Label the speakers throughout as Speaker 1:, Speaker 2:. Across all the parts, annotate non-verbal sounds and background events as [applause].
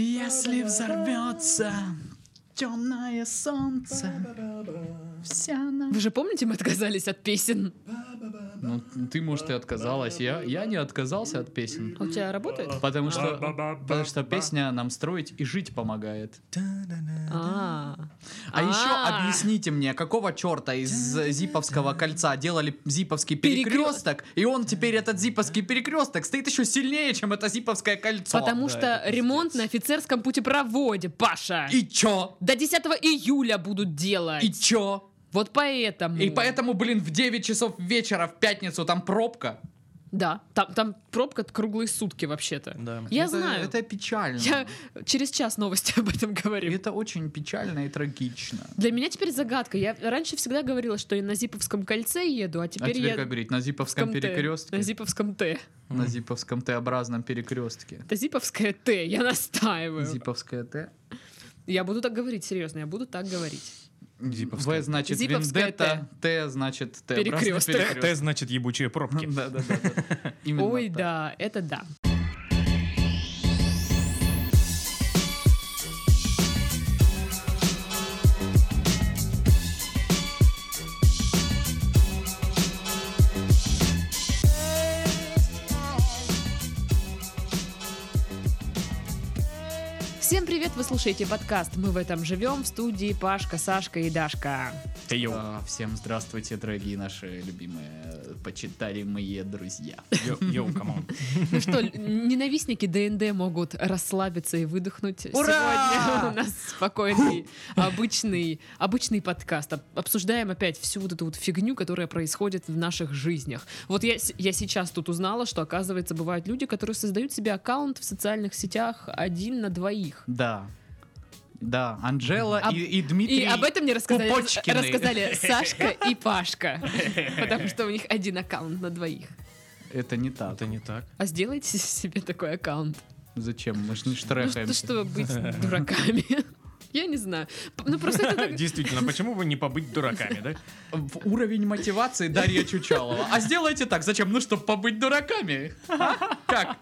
Speaker 1: Если взорвется темное солнце, вся на...
Speaker 2: Вы же помните, мы отказались от песен?
Speaker 1: Ну, ты, может, и отказалась. Я, я не отказался от песен.
Speaker 2: А У тебя работает?
Speaker 1: Потому что, потому что песня нам строить и жить помогает.
Speaker 2: А.
Speaker 1: А еще
Speaker 2: А.
Speaker 1: объясните мне, какого черта из э, Зиповского кольца делали Зиповский перекресток, и он теперь этот Зиповский перекресток стоит еще сильнее, чем это Зиповское кольцо.
Speaker 2: Потому
Speaker 3: да,
Speaker 2: что
Speaker 3: это
Speaker 2: ремонт на офицерском путепроводе, Паша.
Speaker 1: И чё?
Speaker 2: До 10 июля будут делать.
Speaker 1: И чё?
Speaker 2: Вот поэтому.
Speaker 1: И поэтому, блин, в 9 часов вечера в пятницу там пробка.
Speaker 2: Да, там, там пробка круглые сутки вообще-то.
Speaker 3: Да.
Speaker 2: Я
Speaker 1: Это-
Speaker 2: знаю.
Speaker 1: Это печально.
Speaker 2: Я через час новости об этом говорю.
Speaker 1: Это очень печально и трагично. А
Speaker 2: Для меня теперь загадка. Я раньше всегда говорила, что я на Зиповском кольце еду, а
Speaker 1: А
Speaker 2: теперь
Speaker 1: тебе
Speaker 2: я
Speaker 1: как говорить, на
Speaker 2: Зиповском
Speaker 1: Зиповском
Speaker 2: Т.
Speaker 1: перекрестке?
Speaker 2: На Зиповском Т.
Speaker 1: На Зиповском Т-образном перекрестке.
Speaker 2: Это Зиповское Т, я
Speaker 3: Э,
Speaker 2: настаиваю.
Speaker 1: Зиповское Т.
Speaker 2: Я буду так говорить, серьезно, я буду так говорить.
Speaker 3: Зиповская.
Speaker 1: В значит
Speaker 2: Зиповское
Speaker 1: Вендетта, Т значит Т.
Speaker 2: Перекресток.
Speaker 1: [laughs]
Speaker 3: Т значит ебучие пробки.
Speaker 1: Да, да,
Speaker 3: [laughs]
Speaker 1: да. Именно
Speaker 2: Ой,
Speaker 1: так.
Speaker 2: да, это да. Всем привет! Вы слушаете подкаст «Мы в этом живем» в студии Пашка, Сашка и Дашка.
Speaker 3: Ты ё.
Speaker 1: А, Всем здравствуйте, дорогие наши любимые почитаемые друзья.
Speaker 3: Ё, ё, камон.
Speaker 2: Ну что, л- ненавистники ДНД могут расслабиться и выдохнуть.
Speaker 1: Ура!
Speaker 2: Сегодня [laughs] у нас спокойный, обычный, обычный подкаст. Об- Обсуждаем опять всю вот эту вот фигню, которая происходит в наших жизнях. Вот я, с- я сейчас тут узнала, что, оказывается, бывают люди, которые создают себе аккаунт в социальных сетях один на двоих.
Speaker 1: Да. Да, Анжела
Speaker 2: Об-
Speaker 1: и, и Дмитрий.
Speaker 2: И об этом мне рассказали,
Speaker 1: Пупочкины. [laughs]
Speaker 2: рассказали Сашка и Пашка, потому что у них один аккаунт на двоих.
Speaker 1: Это не так.
Speaker 3: Это не так.
Speaker 2: А сделайте [laughs] себе такой аккаунт.
Speaker 1: Зачем? Мы ж не
Speaker 2: Ну,
Speaker 1: штрехаем.
Speaker 2: что, чтобы быть дураками. [laughs] Я не знаю. П- Ну, просто это так-
Speaker 3: [laughs] Действительно, почему бы не побыть дураками, да?
Speaker 1: В уровень мотивации Дарья Чучалова. А сделайте так. Зачем? Ну, чтобы побыть дураками. А? Как?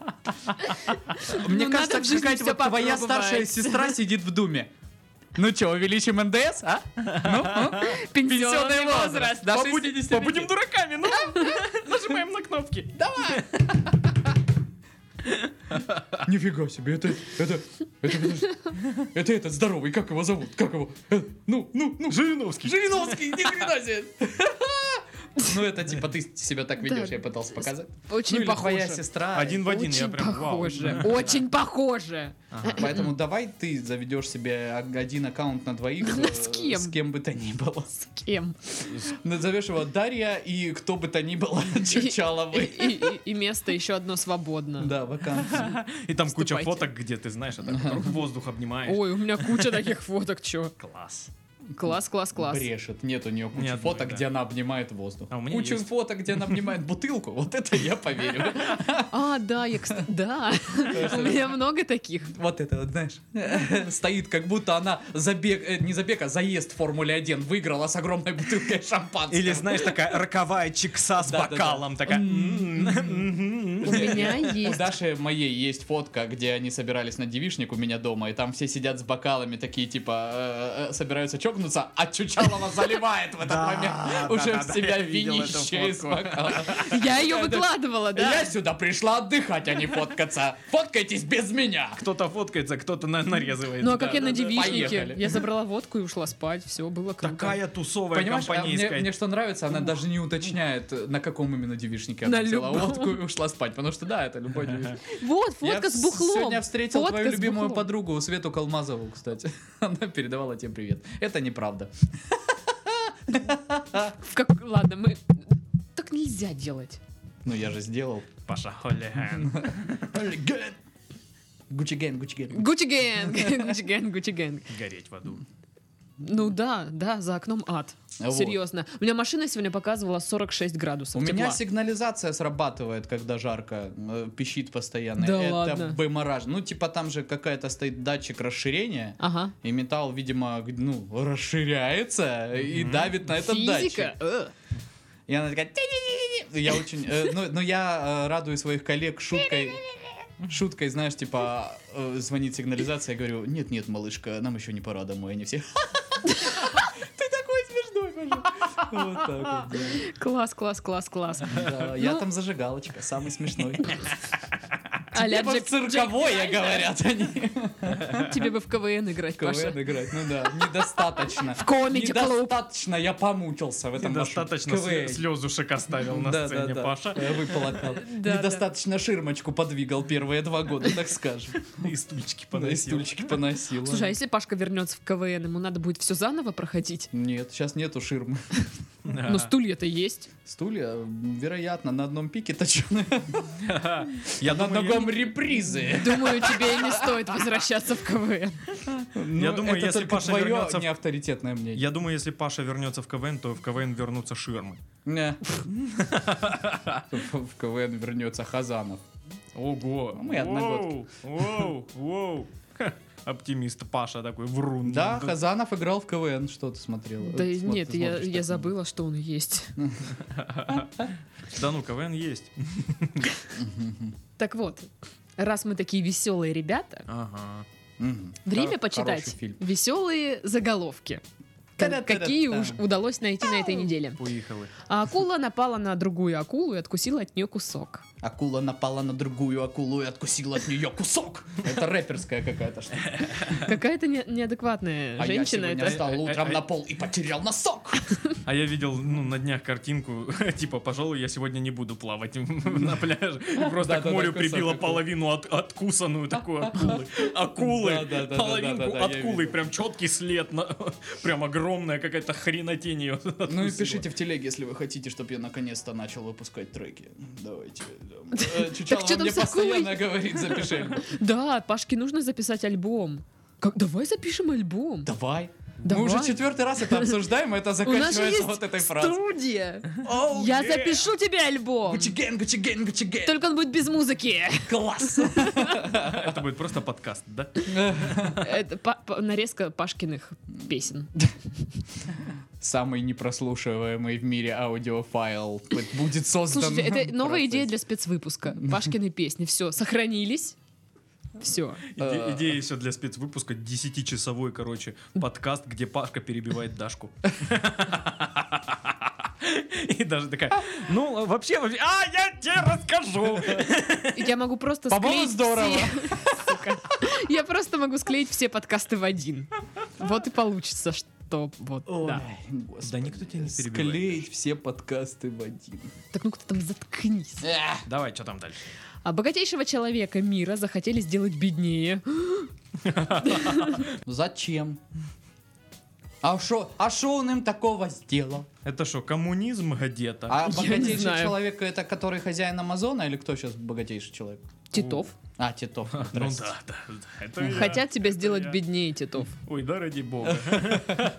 Speaker 1: Мне
Speaker 2: Ну,
Speaker 1: кажется,
Speaker 2: надо в жизни
Speaker 1: какая-то
Speaker 2: всё
Speaker 1: вот твоя
Speaker 2: попробовать.
Speaker 1: старшая сестра сидит в Думе. Ну что, увеличим НДС, а? Ну, ну?
Speaker 2: пенсионный возраст.
Speaker 1: Да,
Speaker 2: Побудь-
Speaker 1: шестидесятилетие.
Speaker 3: Побудем дураками, ну! Нажимаем на кнопки.
Speaker 1: Нифига себе, это, это, это, подожди. это этот здоровый, как его зовут, как его, Э, ну, ну, ну,
Speaker 3: Жириновский.
Speaker 1: Жириновский, ни хрена себе. Ну, это типа ты себя так ведешь,
Speaker 2: Да.
Speaker 1: я пытался показать. ну,
Speaker 2: Очень
Speaker 1: или твоя
Speaker 2: похоже.
Speaker 1: сестра.
Speaker 3: [laughs] Один в один, я
Speaker 2: Очень
Speaker 3: прям вау.
Speaker 1: [laughs]
Speaker 2: похоже. Очень похоже.
Speaker 1: Поэтому давай ты заведешь себе один аккаунт на двоих.
Speaker 2: [laughs] Ну,
Speaker 1: э,
Speaker 2: с кем?
Speaker 1: С кем бы то ни было.
Speaker 2: С кем?
Speaker 1: Назовешь его Дарья и кто бы то ни было
Speaker 2: [laughs] И-
Speaker 1: Чучаловы.
Speaker 2: И и- и место еще одно свободно.
Speaker 1: Да, вакансия.
Speaker 3: И там куча
Speaker 2: Вступайте.
Speaker 3: фоток, где ты знаешь, а так вдруг воздух обнимаешь.
Speaker 2: Ой, у меня куча таких фоток, чё.
Speaker 3: Класс.
Speaker 2: Класс, класс, [laughs] класс.
Speaker 1: Брешет. Нет у нее
Speaker 3: Ни
Speaker 1: куча
Speaker 3: одной,
Speaker 1: фоток,
Speaker 3: да.
Speaker 1: где она обнимает воздух.
Speaker 3: А у меня
Speaker 1: Куча
Speaker 3: есть.
Speaker 1: фоток, где она обнимает бутылку. Вот это я
Speaker 3: [laughs]
Speaker 1: поверю.
Speaker 2: А, да, я, кстати,
Speaker 1: [laughs]
Speaker 2: да. У меня много таких.
Speaker 1: Вот это вот, знаешь, [laughs] стоит, как будто она забег, э, не забег, а заезд в Формуле 1 выиграла с огромной бутылкой шампанского.
Speaker 3: Или, знаешь, такая роковая чикса с
Speaker 1: Да-да-да.
Speaker 3: бокалом, такая...
Speaker 1: М.
Speaker 3: «М-м-м». «М-м-м-м».
Speaker 2: У меня
Speaker 1: У
Speaker 2: есть.
Speaker 1: Даши моей есть фотка, где они собирались на девишник у меня дома, и там все сидят с бокалами такие, типа, э, э, собираются чокнуться, а Чучалова заливает в этот
Speaker 3: Да,
Speaker 1: момент
Speaker 3: да,
Speaker 1: уже
Speaker 3: да,
Speaker 1: в
Speaker 3: да,
Speaker 1: себя
Speaker 3: я видел эту
Speaker 1: винище из
Speaker 3: фотку.
Speaker 1: бокала.
Speaker 2: Я ее выкладывала, да?
Speaker 1: Я сюда пришла отдыхать, а не фоткаться. Фоткайтесь без меня.
Speaker 3: Кто-то фоткается, кто-то на- нарезывает.
Speaker 2: Ну а как
Speaker 1: Да,
Speaker 2: я на
Speaker 1: да, да.
Speaker 2: девичнике?
Speaker 1: Поехали.
Speaker 2: Я забрала водку и ушла спать, все было круто.
Speaker 3: Такая тусовая
Speaker 1: Понимаешь, а мне,
Speaker 3: компанейская.
Speaker 1: мне что нравится, она даже не уточняет, э, на каком именно девичнике она
Speaker 2: На
Speaker 1: взяла
Speaker 2: любом.
Speaker 1: водку и ушла спать, потому что да, это любой девичник.
Speaker 2: Вот, фотка
Speaker 1: Я
Speaker 2: с бухлом.
Speaker 1: сегодня встретил
Speaker 2: Фотка
Speaker 1: твою
Speaker 2: с
Speaker 1: любимую
Speaker 2: бухлом.
Speaker 1: подругу Свету Калмазову, кстати. [laughs] Она передавала тебе привет. Это неправда.
Speaker 2: В как- Ладно, мы... Так нельзя делать.
Speaker 1: Ну я же сделал.
Speaker 3: Паша Холлиган.
Speaker 1: Гуччи Гэн, Гуччи Гэн.
Speaker 2: Гуччи Гэнг, [laughs] Гуччи Гэнг, Гуччи Гэнг.
Speaker 3: Гореть в аду.
Speaker 2: Ну да, да, за окном ад.
Speaker 1: Вот.
Speaker 2: Серьезно. У меня машина сегодня показывала 46 градусов
Speaker 1: У меня
Speaker 2: тепла.
Speaker 1: сигнализация срабатывает, когда жарко, э, пищит постоянно.
Speaker 2: Да
Speaker 1: это
Speaker 2: ладно.
Speaker 1: бэмораж. Ну, типа там же какая-то стоит датчик расширения,
Speaker 2: Ага.
Speaker 1: и металл, видимо, г- ну, расширяется и давит на этот датчик.
Speaker 2: Физика. Э.
Speaker 1: И она такая... «Ти-ти-ти-ти-ти». Я очень... э, ну, ну, я э, радую своих коллег шуткой... шуткой, знаешь, типа, э, звонит сигнализация, я говорю, нет-нет, малышка, нам еще не пора домой, они все... [laughs] Ты такой смешной, Паша». Вот так вот,
Speaker 2: Класс, класс, класс, класс.
Speaker 1: да. Да, Я
Speaker 2: Ну.
Speaker 1: там зажигалочка, самый смешной. Типа
Speaker 2: Аля
Speaker 1: Я просто
Speaker 2: Джек- Джек
Speaker 1: цирковое,
Speaker 2: Райнер.
Speaker 1: говорят они.
Speaker 2: Тебе бы в КВН играть, Паша.
Speaker 1: КВН играть, ну да, недостаточно.
Speaker 2: В комеди клуб.
Speaker 1: Недостаточно, я помучился в этом вашем
Speaker 3: Недостаточно сле-
Speaker 1: КВН.
Speaker 3: слезушек оставил на
Speaker 1: Да, да,
Speaker 3: сцене
Speaker 1: да.
Speaker 3: Паша.
Speaker 1: Э,
Speaker 2: [laughs]
Speaker 1: Выплакал.
Speaker 2: да.
Speaker 1: Недостаточно ширмочку подвигал первые два года, так скажем.
Speaker 3: И стульчики
Speaker 1: Да, И
Speaker 3: [laughs] поносил. [laughs]
Speaker 1: стульчики поносил.
Speaker 2: Слушай, а если Пашка вернется в КВН, ему надо будет все заново проходить?
Speaker 1: Нет, сейчас нету ширмы.
Speaker 3: Да.
Speaker 2: Но стулья-то есть.
Speaker 1: Стулья, м, вероятно, на одном пике
Speaker 3: [laughs]
Speaker 1: точеные.
Speaker 3: Я
Speaker 1: На
Speaker 3: думаю,
Speaker 1: другом репризы.
Speaker 2: Думаю, тебе и не стоит возвращаться в КВН.
Speaker 1: Ну,
Speaker 3: думаю,
Speaker 1: это
Speaker 3: если
Speaker 1: только
Speaker 3: Паша
Speaker 1: твое
Speaker 3: вернется в-
Speaker 1: неавторитетное мнение.
Speaker 3: Я думаю, если Паша вернется в КВН, то в КВН вернутся ширмы.
Speaker 1: Не.
Speaker 3: [laughs]
Speaker 1: В КВН вернется Хазанов.
Speaker 3: Ого!
Speaker 1: А Мы одногодки.
Speaker 3: Воу, воу, воу. Ха, Оптимист Паша такой, врун.
Speaker 1: Да, Хазанов играл в КВН, что ты смотрела?
Speaker 2: Да
Speaker 1: Э,
Speaker 2: и
Speaker 1: смо-
Speaker 2: нет,
Speaker 1: ты
Speaker 2: я,
Speaker 1: смотришь
Speaker 2: я
Speaker 1: так?
Speaker 2: забыла, что он есть.
Speaker 3: Да ну, КВН есть.
Speaker 2: Так вот, раз мы такие веселые ребята,
Speaker 3: Ага.
Speaker 1: Мгм.
Speaker 2: время
Speaker 1: Хоро-
Speaker 2: почитать
Speaker 1: хороший фильм.
Speaker 2: веселые заголовки. Как-
Speaker 1: Та-да-та-да-та.
Speaker 2: Какие уж удалось найти на этой неделе.
Speaker 3: Уехали.
Speaker 2: А акула напала на другую акулу и откусила от нее кусок.
Speaker 1: Акула напала на другую акулу и откусила от нее кусок. Это рэперская какая-то что.
Speaker 2: Какая-то не-
Speaker 1: А
Speaker 2: неадекватная
Speaker 1: я
Speaker 2: женщина.
Speaker 1: сегодня
Speaker 2: это.
Speaker 1: встал утром на пол и потерял носок.
Speaker 3: А я видел, ну, на днях картинку, [laughs] типа, пожалуй, я сегодня не буду плавать [laughs]
Speaker 1: [laughs]
Speaker 3: на пляже. И Просто к
Speaker 1: Да-да-да,
Speaker 3: морю
Speaker 1: кусок
Speaker 3: прибило
Speaker 1: акулы.
Speaker 3: половину от- откусанную
Speaker 1: [laughs]
Speaker 3: такую акулы. Акулы!
Speaker 1: Да-да-да-да-да-да,
Speaker 3: Половинку
Speaker 1: я
Speaker 3: акулы,
Speaker 1: видел.
Speaker 3: прям четкий след. на- [laughs] Прям огромная какая-то хренотень ее
Speaker 1: Ну и пишите в телеге, если вы хотите, чтобы я наконец-то начал выпускать треки. Давайте. Э, Чучалова
Speaker 2: чё там
Speaker 1: мне
Speaker 2: с акулой?
Speaker 1: постоянно говорит, запиши. альбом».
Speaker 2: Да, Пашке нужно записать альбом. Как, давай запишем альбом.
Speaker 1: Давай. Мы
Speaker 2: Давай.
Speaker 1: уже четвертый раз это обсуждаем, и это
Speaker 2: У нас же
Speaker 1: заканчивается
Speaker 2: есть
Speaker 1: вот этой фразой.
Speaker 2: студия.
Speaker 1: Оу,
Speaker 2: Я
Speaker 1: yeah.
Speaker 2: запишу тебе альбом.
Speaker 1: Гуччи ген, гуччи ген, гуччи ген.
Speaker 2: Только он будет без музыки. [laughs]
Speaker 1: Класс.
Speaker 3: Это будет просто подкаст, да?
Speaker 2: Это па- па- нарезка Пашкиных песен.
Speaker 1: Самый непрослушиваемый в мире аудиофайл будет создан.
Speaker 2: Слушайте, это новая
Speaker 1: Процесс.
Speaker 2: идея для спецвыпуска. Пашкины песни. Все, сохранились. Все.
Speaker 1: Э.
Speaker 3: Иде- Идея еще для спецвыпуска 10-часовой, короче, подкаст, где Пашка перебивает Дашку. И даже такая, ну, вообще, вообще, а, я тебе расскажу.
Speaker 2: Я могу просто
Speaker 1: По-моему,
Speaker 2: склеить
Speaker 1: здорово.
Speaker 2: все- Сука. Я просто могу склеить все подкасты в один. Вот и получится, что вот, да.
Speaker 1: Ой, господи.
Speaker 3: Да никто тебя не перебивает.
Speaker 1: Склеить все подкасты в один.
Speaker 2: Так ну-ка ты там заткнись.
Speaker 3: Давай, что там дальше?
Speaker 2: А богатейшего человека мира захотели сделать беднее.
Speaker 1: ну Зачем? А шо, а шо он им такого сделал?
Speaker 3: Это что, коммунизм где-то?
Speaker 1: А
Speaker 2: Я не
Speaker 1: богатейший
Speaker 2: знаю.
Speaker 1: человек это который хозяин Амазона или кто сейчас богатейший человек?
Speaker 2: Титов.
Speaker 1: А, Титов.
Speaker 3: Ну
Speaker 1: здрасте.
Speaker 3: да, да, да. это я.
Speaker 2: Хотят тебя сделать
Speaker 3: я.
Speaker 2: беднее, Титов.
Speaker 3: Ой, да ради бога.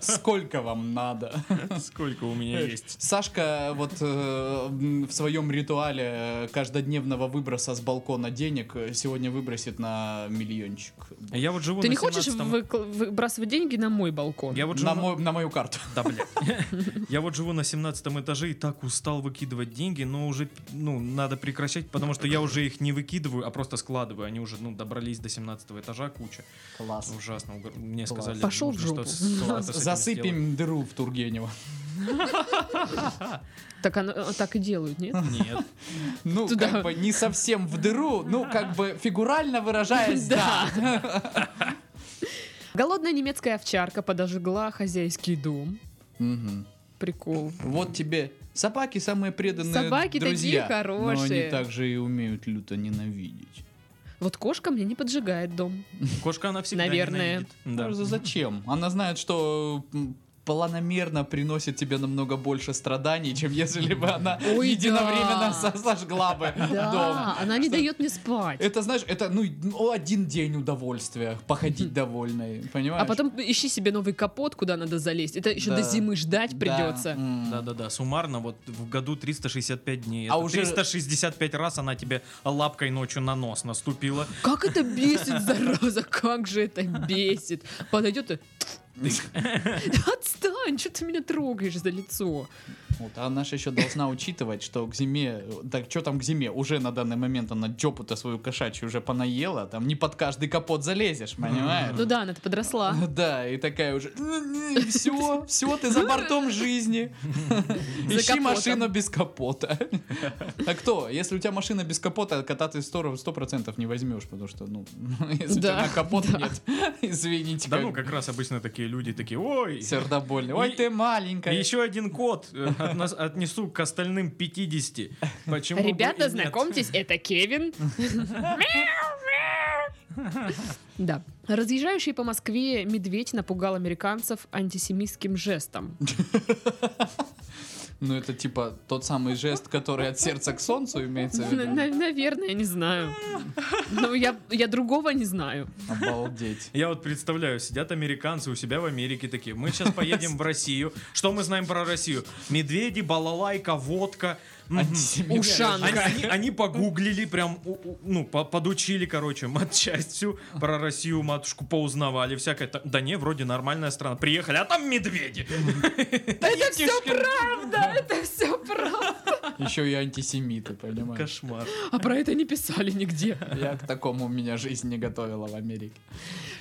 Speaker 1: Сколько вам надо?
Speaker 3: Сколько у меня есть.
Speaker 1: Сашка вот э, м, в своем ритуале э, каждодневного выброса с балкона денег э, сегодня выбросит на миллиончик.
Speaker 3: Я вот живу
Speaker 2: Ты
Speaker 3: на
Speaker 2: не хочешь
Speaker 3: 17-м
Speaker 2: выкл- выбрасывать деньги на мой балкон?
Speaker 3: Я вот живу
Speaker 1: На,
Speaker 3: на-
Speaker 1: мой- на мою карту.
Speaker 3: Да, бля. [laughs] Я вот живу на 17 этаже и так устал выкидывать деньги, но уже, ну, надо прекращать, потому что я уже их не выкидываю, а просто складываю. Они уже, ну, добрались до 17 этажа куча.
Speaker 1: Класс.
Speaker 3: Ужасно. угр- Мне
Speaker 1: Класс.
Speaker 3: сказали,
Speaker 2: Пошел в
Speaker 3: нужно
Speaker 2: жопу.
Speaker 3: что-то с- что-то с этим сделать.
Speaker 1: Засыпем дыру в Тургенева.
Speaker 2: Так, оно- э, так и делают, нет?
Speaker 3: Нет.
Speaker 1: Ну,
Speaker 2: Туда.
Speaker 1: как бы не совсем в дыру, ну, как бы фигурально выражаясь, да.
Speaker 2: Голодная немецкая овчарка подожгла хозяйский дом.
Speaker 1: Мгм.
Speaker 2: Прикол.
Speaker 1: Вот тебе. Собаки самые преданные
Speaker 2: Собаки такие
Speaker 1: друзья, Но
Speaker 2: хорошие.
Speaker 1: они также и умеют люто ненавидеть.
Speaker 2: Вот кошка мне не поджигает дом.
Speaker 3: Кошка, она всегда
Speaker 2: Наверное.
Speaker 3: ненавидит. Да.
Speaker 1: Ну, за- зачем? Она знает, что м, планомерно приносит тебе намного больше страданий, чем если бы она
Speaker 2: Ой, да.
Speaker 1: единовременно со- сожгла бы дом.
Speaker 2: Да, она не дает мне спать.
Speaker 1: Это, знаешь, это, ну, и- ну, один день удовольствия, походить довольной, понимаешь?
Speaker 2: А потом ищи себе новый капот, куда надо залезть. Это еще
Speaker 1: Да.
Speaker 2: до зимы ждать
Speaker 1: Да,
Speaker 2: придется.
Speaker 1: м.
Speaker 3: Да-да-да, суммарно вот в году 365 дней.
Speaker 1: А
Speaker 3: Это
Speaker 1: уже-
Speaker 3: 365 раз она тебе лапкой ночью на нос наступила.
Speaker 2: Как это бесит, зараза, как же это бесит. Подойдет и Отстань, что ты меня трогаешь за лицо?
Speaker 1: Вот, а наша еще должна учитывать, что к зиме, так что там к зиме, уже на данный момент она джопу-то свою кошачью уже понаела, там не под каждый капот залезешь, понимаешь?
Speaker 2: Ну да, она-то подросла.
Speaker 1: [laughs] Да, и такая уже, все, все, ты за бортом жизни.
Speaker 2: [laughs] За
Speaker 1: Ищи
Speaker 2: капотом.
Speaker 1: машину без капота. А кто? Если у тебя машина без капота, кота ты сто сто процентов не возьмешь, потому что, ну, [laughs] если у
Speaker 2: Да,
Speaker 1: тебя капота
Speaker 2: да.
Speaker 1: нет, [laughs] извините,
Speaker 3: Да ну,
Speaker 1: как
Speaker 3: как раз обычно такие люди такие, ой,
Speaker 1: [laughs] сердобольный. Ой,
Speaker 3: И-
Speaker 1: ты маленькая.
Speaker 3: еще один кот э, относ- отнесу к остальным 50. Почему бы и
Speaker 2: Ребята,
Speaker 3: нет?»
Speaker 2: знакомьтесь, это Кевин. Мяу, мяу. Да. Разъезжающий по Москве медведь напугал американцев антисемитским жестом.
Speaker 1: Ну, это типа тот самый жест, который от сердца к солнцу имеется в
Speaker 2: Н- [laughs]
Speaker 1: виду.
Speaker 2: на- Наверное, не знаю. Но я, я другого не знаю.
Speaker 1: Обалдеть.
Speaker 3: Я вот представляю, сидят американцы у себя в Америке такие, мы сейчас поедем в Россию. Что мы знаем про Россию? Медведи, балалайка, водка. Мгм.
Speaker 1: Антисемит.
Speaker 2: Ушанка.
Speaker 3: Они, они- они погуглили, прям, у- у- ну, по- подучили, короче, матчасть всю про Россию, матушку поузнавали, всякое. та- Да не, вроде нормальная страна. Приехали, а там медведи.
Speaker 2: Это все правда! Это все правда!
Speaker 1: Еще и антисемиты, понимаешь?
Speaker 3: Кошмар.
Speaker 2: А про это не писали нигде.
Speaker 1: Я к такому меня жизнь не готовила в Америке.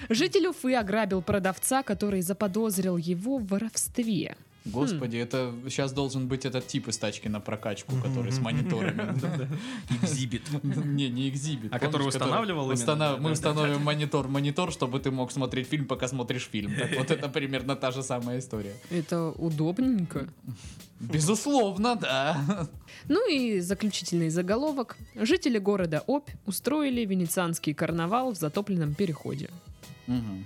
Speaker 2: Житель Уфы ограбил продавца, который заподозрил его в воровстве.
Speaker 1: Господи, это сейчас должен быть этот тип из тачки на прокачку, который с [laughs]
Speaker 3: [laughs]
Speaker 1: мониторами.
Speaker 3: Экзибит.
Speaker 1: Не, не экзибит.
Speaker 3: А который
Speaker 1: помнишь,
Speaker 3: устанавливал именно?
Speaker 1: устана-
Speaker 3: Да, да,
Speaker 1: Мы установим монитор, монитор, чтобы ты мог смотреть фильм, пока смотришь фильм. Так Вот это примерно та же самая история.
Speaker 2: Это удобненько.
Speaker 1: Безусловно, да.
Speaker 2: Ну и заключительный заголовок. Жители города Обь устроили венецианский карнавал в затопленном переходе.
Speaker 1: Мгм.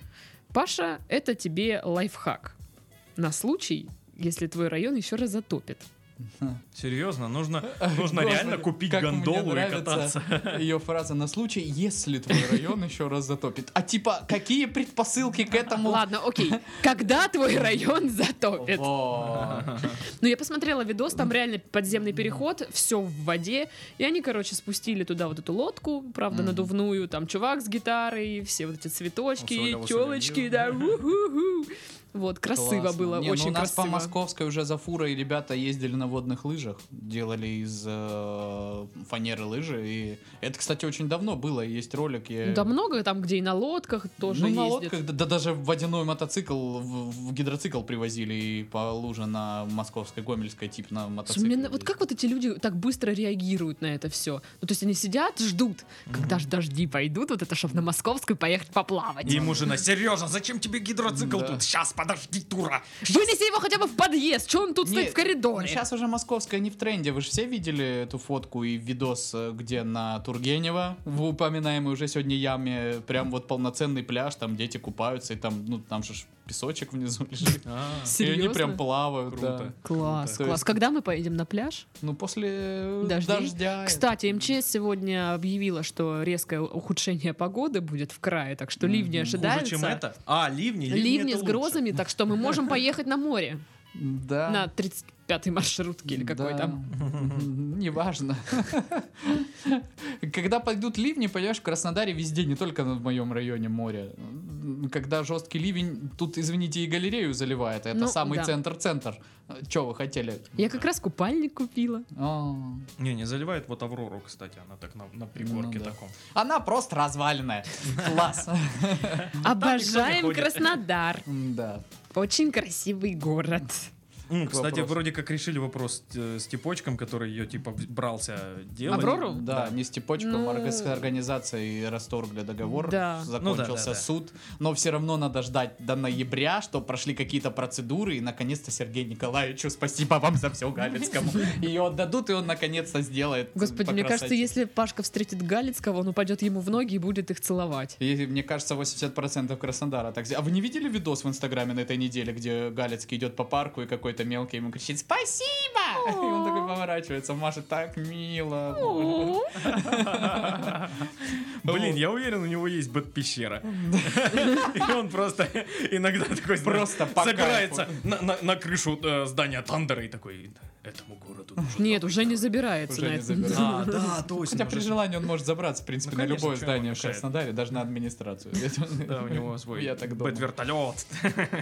Speaker 2: Паша, это тебе лайфхак. На случай, если твой район еще раз затопит.
Speaker 3: Серьезно, нужно, нужно
Speaker 1: Господи,
Speaker 3: реально купить
Speaker 1: как мне
Speaker 3: гондолу и
Speaker 1: нравится
Speaker 3: кататься.
Speaker 1: [laughs] Ее фраза на случай, если твой район еще раз затопит. А типа, какие предпосылки к этому?
Speaker 2: Ладно, окей. [laughs] Когда твой район затопит?
Speaker 1: О,
Speaker 2: Ну, я посмотрела видос, там реально подземный переход, все в воде. И они, короче, спустили туда вот эту лодку, правда,
Speaker 1: Мгм.
Speaker 2: надувную, там чувак с гитарой, все вот эти цветочки,
Speaker 3: Усолил,
Speaker 2: телочки,
Speaker 3: усолил.
Speaker 2: да, уху-ху. Вот, красиво
Speaker 1: классно.
Speaker 2: было,
Speaker 1: Не, ну
Speaker 2: очень
Speaker 1: у нас
Speaker 2: красиво.
Speaker 1: по московской уже за фурой ребята ездили на водных лыжах, делали из э, фанеры лыжи. И это, кстати, очень давно было. Есть ролик. я-
Speaker 2: Ну, да много там, где и на лодках тоже
Speaker 1: ну, на
Speaker 2: ездят.
Speaker 1: лодках, да, да даже водяной мотоцикл, в, в гидроцикл привозили и по луже на московской, гомельской, тип на мотоцикле.
Speaker 2: Суменно- вот как вот эти люди так быстро реагируют на это все? Ну, то есть они сидят, ждут, когда ж дожди пойдут, вот это, чтобы на Московскую поехать поплавать.
Speaker 3: И ему жена, Сережа, зачем тебе гидроцикл
Speaker 1: Да.
Speaker 3: тут? Сейчас, подожди, тура.
Speaker 2: Вынеси его хотя бы в подъезд, что он тут стоит в коридоре?
Speaker 1: сейчас уже московская не в тренде. Вы же все видели эту фотку и видос, э, где на Тургенева, в упоминаемой уже сегодня яме, прям вот полноценный пляж, там дети купаются, и там, ну, там же ж песочек внизу [laughs] лежит. И они
Speaker 2: Серьезно?
Speaker 1: прям плавают,
Speaker 3: Круто.
Speaker 1: да.
Speaker 2: Класс,
Speaker 1: То
Speaker 2: класс.
Speaker 1: есть-
Speaker 2: Когда мы поедем на пляж?
Speaker 1: Ну, после
Speaker 2: Дождей?
Speaker 1: дождя. дождя
Speaker 2: Кстати, МЧС сегодня объявила, что резкое ухудшение погоды будет в крае, так что ливни
Speaker 3: Хуже,
Speaker 2: ожидаются.
Speaker 3: чем это? А, ливни.
Speaker 2: Ливни
Speaker 3: это
Speaker 2: с
Speaker 3: лучше.
Speaker 2: грозами, так что мы можем поехать на море.
Speaker 1: Да.
Speaker 2: На 35-й маршрутке или какой
Speaker 1: Да.
Speaker 2: там.
Speaker 1: М, Неважно. Когда пойдут ливни, понимаешь, в Краснодаре везде, не только в моем районе море. М, Когда жесткий ливень, тут, извините, и галерею заливает. Это
Speaker 2: Ну,
Speaker 1: самый
Speaker 2: да.
Speaker 1: центр-центр. Че вы хотели?
Speaker 2: Я как раз купальник купила.
Speaker 1: А.
Speaker 3: Не, не заливает вот Аврору, кстати, она так на, на пригорке
Speaker 1: Ну да.
Speaker 3: таком.
Speaker 1: Она просто разваленная.
Speaker 2: [laughs]
Speaker 1: Класс. Ну,
Speaker 2: Обожаем
Speaker 3: ходит.
Speaker 2: Краснодар.
Speaker 1: Да.
Speaker 2: Очень красивый город.
Speaker 3: М, кстати,
Speaker 1: вопросу.
Speaker 3: вроде как решили вопрос э, с типочком, который ее типа брался делать.
Speaker 2: Аврору?
Speaker 1: Да,
Speaker 3: Да.
Speaker 1: не с типочком,
Speaker 2: Ну.
Speaker 1: а с организацией расторгли договор,
Speaker 2: Да.
Speaker 1: закончился
Speaker 3: Ну да, да, да.
Speaker 1: суд, но все равно надо ждать до ноября, что прошли какие-то процедуры, и наконец-то Сергею Николаевичу спасибо вам за все
Speaker 2: [laughs]
Speaker 1: Галицкому. Ее отдадут, и он наконец-то сделает.
Speaker 2: Господи,
Speaker 1: по
Speaker 2: мне
Speaker 1: красоте.
Speaker 2: кажется, если Пашка встретит Галицкого, он упадет ему в ноги и будет их целовать.
Speaker 1: И, мне кажется, 80% Краснодара так сдел- А вы не видели видос в Инстаграме на этой неделе, где Галицкий идет по парку и какой-то мелкий ему кричит «Спасибо!» [laughs] И он такой поворачивается, машет так мило.
Speaker 2: О,
Speaker 3: Блин, я уверен, у него есть бэт-пещера. [laughs] И он просто иногда такой
Speaker 1: Просто по
Speaker 3: забирается на- на на крышу э, здания Тандера и такой... Этому городу нужен
Speaker 2: Нет,
Speaker 3: новый
Speaker 2: уже не
Speaker 3: город».
Speaker 2: забирается
Speaker 1: Уже
Speaker 2: на
Speaker 1: не
Speaker 2: это.
Speaker 1: забирается.
Speaker 3: А, да, точно.
Speaker 1: Хотя при
Speaker 3: уже-
Speaker 1: желании он может забраться, в принципе,
Speaker 3: Ну,
Speaker 1: на
Speaker 3: конечно,
Speaker 1: любое
Speaker 3: чего ему
Speaker 1: здание в
Speaker 3: мешает?
Speaker 1: Краснодаре, даже на
Speaker 3: [laughs]
Speaker 1: администрацию.
Speaker 3: [laughs] Да, у него свой
Speaker 1: Я так думаю.
Speaker 3: бэт-вертолет.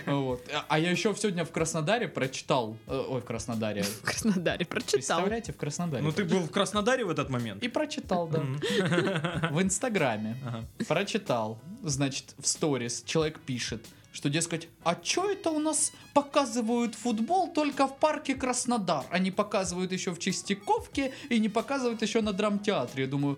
Speaker 1: Вот. А- А я еще сегодня в Краснодаре прочитал... э, Ой, в Краснодаре.
Speaker 2: [laughs] В Краснодаре прочитал.
Speaker 1: Представляете, в Краснодаре.
Speaker 3: Ну ты был в Краснодаре в этот момент?
Speaker 1: И прочитал, да.
Speaker 3: Мгм.
Speaker 1: В Инстаграме.
Speaker 3: Ага.
Speaker 1: Прочитал. Значит, в сторис человек пишет, что, дескать, а чё это у нас показывают футбол только в парке Краснодар? Они показывают еще в Чистяковке и не показывают еще на драмтеатре. Я думаю,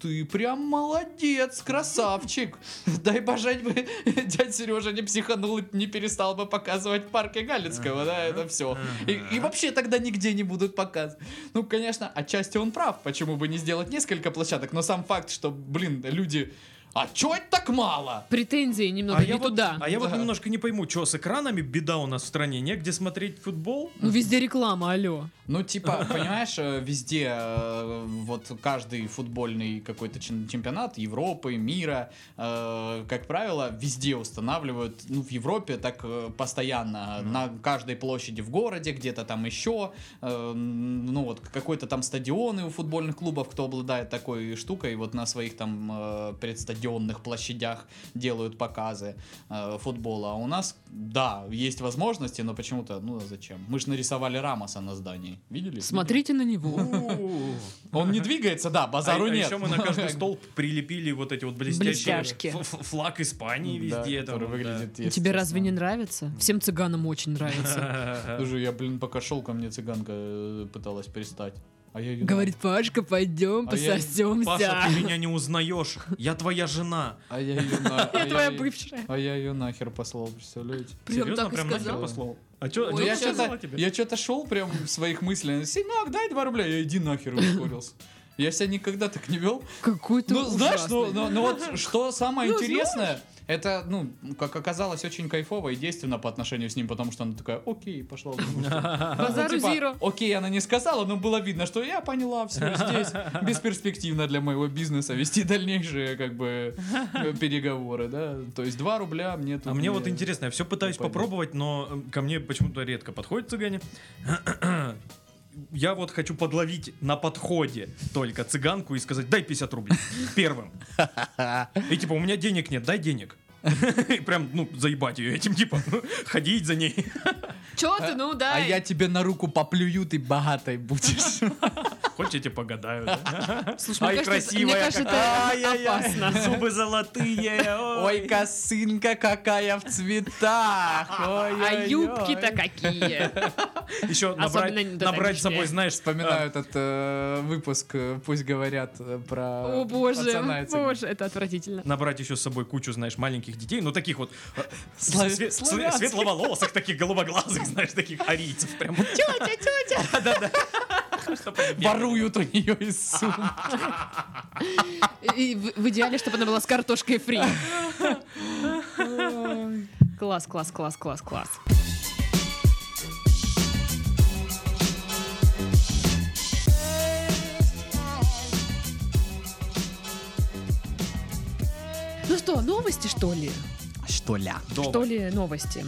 Speaker 1: ты прям молодец, красавчик. Дай божать бы, [laughs] дядя Сережа не психанул и не перестал бы показывать в парке Галицкого, да, это все. И, и вообще тогда нигде не будут показывать. Ну, конечно, отчасти он прав, почему бы не сделать несколько площадок, но сам факт, что, блин, люди... А чё это так мало?
Speaker 2: Претензии немного Ну, не
Speaker 3: я вот,
Speaker 2: туда.
Speaker 3: а я вот
Speaker 1: Да.
Speaker 3: немножко не пойму, что с экранами беда у нас в стране, негде смотреть футбол?
Speaker 2: Ну везде реклама, алло.
Speaker 1: Ну, типа, [laughs] понимаешь, э, везде э, вот каждый футбольный какой-то чем- чемпионат Европы, мира, э, как правило, везде устанавливают, ну, в Европе так э, постоянно, на каждой площади в городе, где-то там еще, э, ну, вот какой-то там стадионы у футбольных клубов, кто обладает такой штукой, вот на своих там э, предстадионных площадях делают показы э, футбола. А у нас, да, есть возможности, но почему-то, ну, а зачем? Мы же нарисовали Рамоса на здании, видели?
Speaker 2: Смотрите на него.
Speaker 1: Хм.
Speaker 3: Базару
Speaker 1: Он не двигается, да, базару А нет.
Speaker 3: еще а, мы на
Speaker 1: [laughs]
Speaker 3: каждый столб прилепили вот эти вот блестящие
Speaker 2: Блестяшки.
Speaker 3: ф- ф- флаг Испании
Speaker 1: Да,
Speaker 3: везде. там,
Speaker 1: который
Speaker 3: да.
Speaker 1: выглядит, если
Speaker 2: [laughs] Тебе разве не
Speaker 1: честно.
Speaker 2: нравится? Всем цыганам
Speaker 1: [laughs]
Speaker 2: очень нравится.
Speaker 1: Слушай, я, блин, пока шел, ко мне цыганка э, пыталась перестать. А я её-
Speaker 2: Говорит, Пашка, пойдем,
Speaker 1: А я-
Speaker 2: [laughs]
Speaker 3: Паша,
Speaker 2: пососемся.
Speaker 3: ты меня не узнаешь. Я твоя жена.
Speaker 1: А я ее на... а
Speaker 2: [laughs] Я твоя
Speaker 1: ей-
Speaker 2: бывшая.
Speaker 1: А я ее нахер послал, представляете? Ну,
Speaker 2: Прям
Speaker 3: Серьезно,
Speaker 2: так и
Speaker 3: прям нахер
Speaker 2: сказал.
Speaker 3: послал. А чё,
Speaker 2: Ой, я
Speaker 3: чё она
Speaker 1: я
Speaker 2: чё-то-
Speaker 3: сказала
Speaker 1: что-то,
Speaker 3: тебе?
Speaker 1: я что-то шел прям в своих мыслях. Синок, дай 2 рубля. Я иди нахер, ускорился. Я себя никогда так не вел.
Speaker 2: Какой ты
Speaker 1: Ну, знаешь, ну,
Speaker 2: ужасный.
Speaker 1: ну- ну
Speaker 2: [laughs]
Speaker 1: вот что самое
Speaker 2: Ну,
Speaker 1: интересное, это, ну, как оказалось, очень кайфово и действенно по отношению с ним, потому что она такая, окей, пошла.
Speaker 2: [laughs]
Speaker 1: Ну, что?
Speaker 2: Базару
Speaker 1: Ну, типа,
Speaker 2: зиро.
Speaker 1: Окей, она не сказала, но было видно, что я поняла, все здесь бесперспективно для моего бизнеса вести дальнейшие, как
Speaker 2: [laughs]
Speaker 1: бы, э, переговоры, да. То есть 2 рубля мне тут...
Speaker 3: А мне
Speaker 1: не-
Speaker 3: вот интересно, я все пытаюсь
Speaker 1: понятно.
Speaker 3: попробовать, но э, ко мне почему-то редко подходят цыгане. Я вот хочу подловить на подходе только цыганку и сказать, дай 50 рублей первым. И типа, у меня денег нет, дай денег. И прям, ну, заебать ее этим, типа, ходить за ней.
Speaker 2: Че ты, ну да.
Speaker 1: А я тебе на руку поплюю, ты богатой
Speaker 2: [laughs]
Speaker 1: будешь.
Speaker 3: Хочешь, я тебе погадаю. да?
Speaker 2: Слушай,
Speaker 3: Ай,
Speaker 2: мне кажется, это- мне
Speaker 3: красивая
Speaker 2: кажется,
Speaker 3: какая.
Speaker 2: это опасно.
Speaker 3: Зубы золотые.
Speaker 1: Ой, косынка какая в цветах.
Speaker 2: А
Speaker 1: ой-ой-ой.
Speaker 2: юбки-то
Speaker 1: [laughs]
Speaker 2: какие.
Speaker 3: Еще набрать,
Speaker 2: Особенно не до
Speaker 3: набрать с собой,
Speaker 2: нынешняя.
Speaker 3: знаешь,
Speaker 1: Вспоминаю этот э, выпуск, э, пусть говорят э, про пацана
Speaker 2: О
Speaker 1: и
Speaker 2: боже,
Speaker 1: цыган.
Speaker 2: боже, это отвратительно.
Speaker 3: набрать еще с собой кучу, знаешь, маленьких детей, ну таких вот э,
Speaker 1: Славя-
Speaker 3: све- све-
Speaker 1: славянских.
Speaker 3: светловолосых, таких голубоглазых, знаешь, таких арийцев прям. Тетя, тетя! Да-да.
Speaker 1: Воруют у нее из сумки.
Speaker 2: И в, в идеале, чтобы она была с картошкой фри. Класс, класс, класс, класс, класс. Ну что, новости, что ли?
Speaker 1: Что ля?
Speaker 2: Что ли, новости?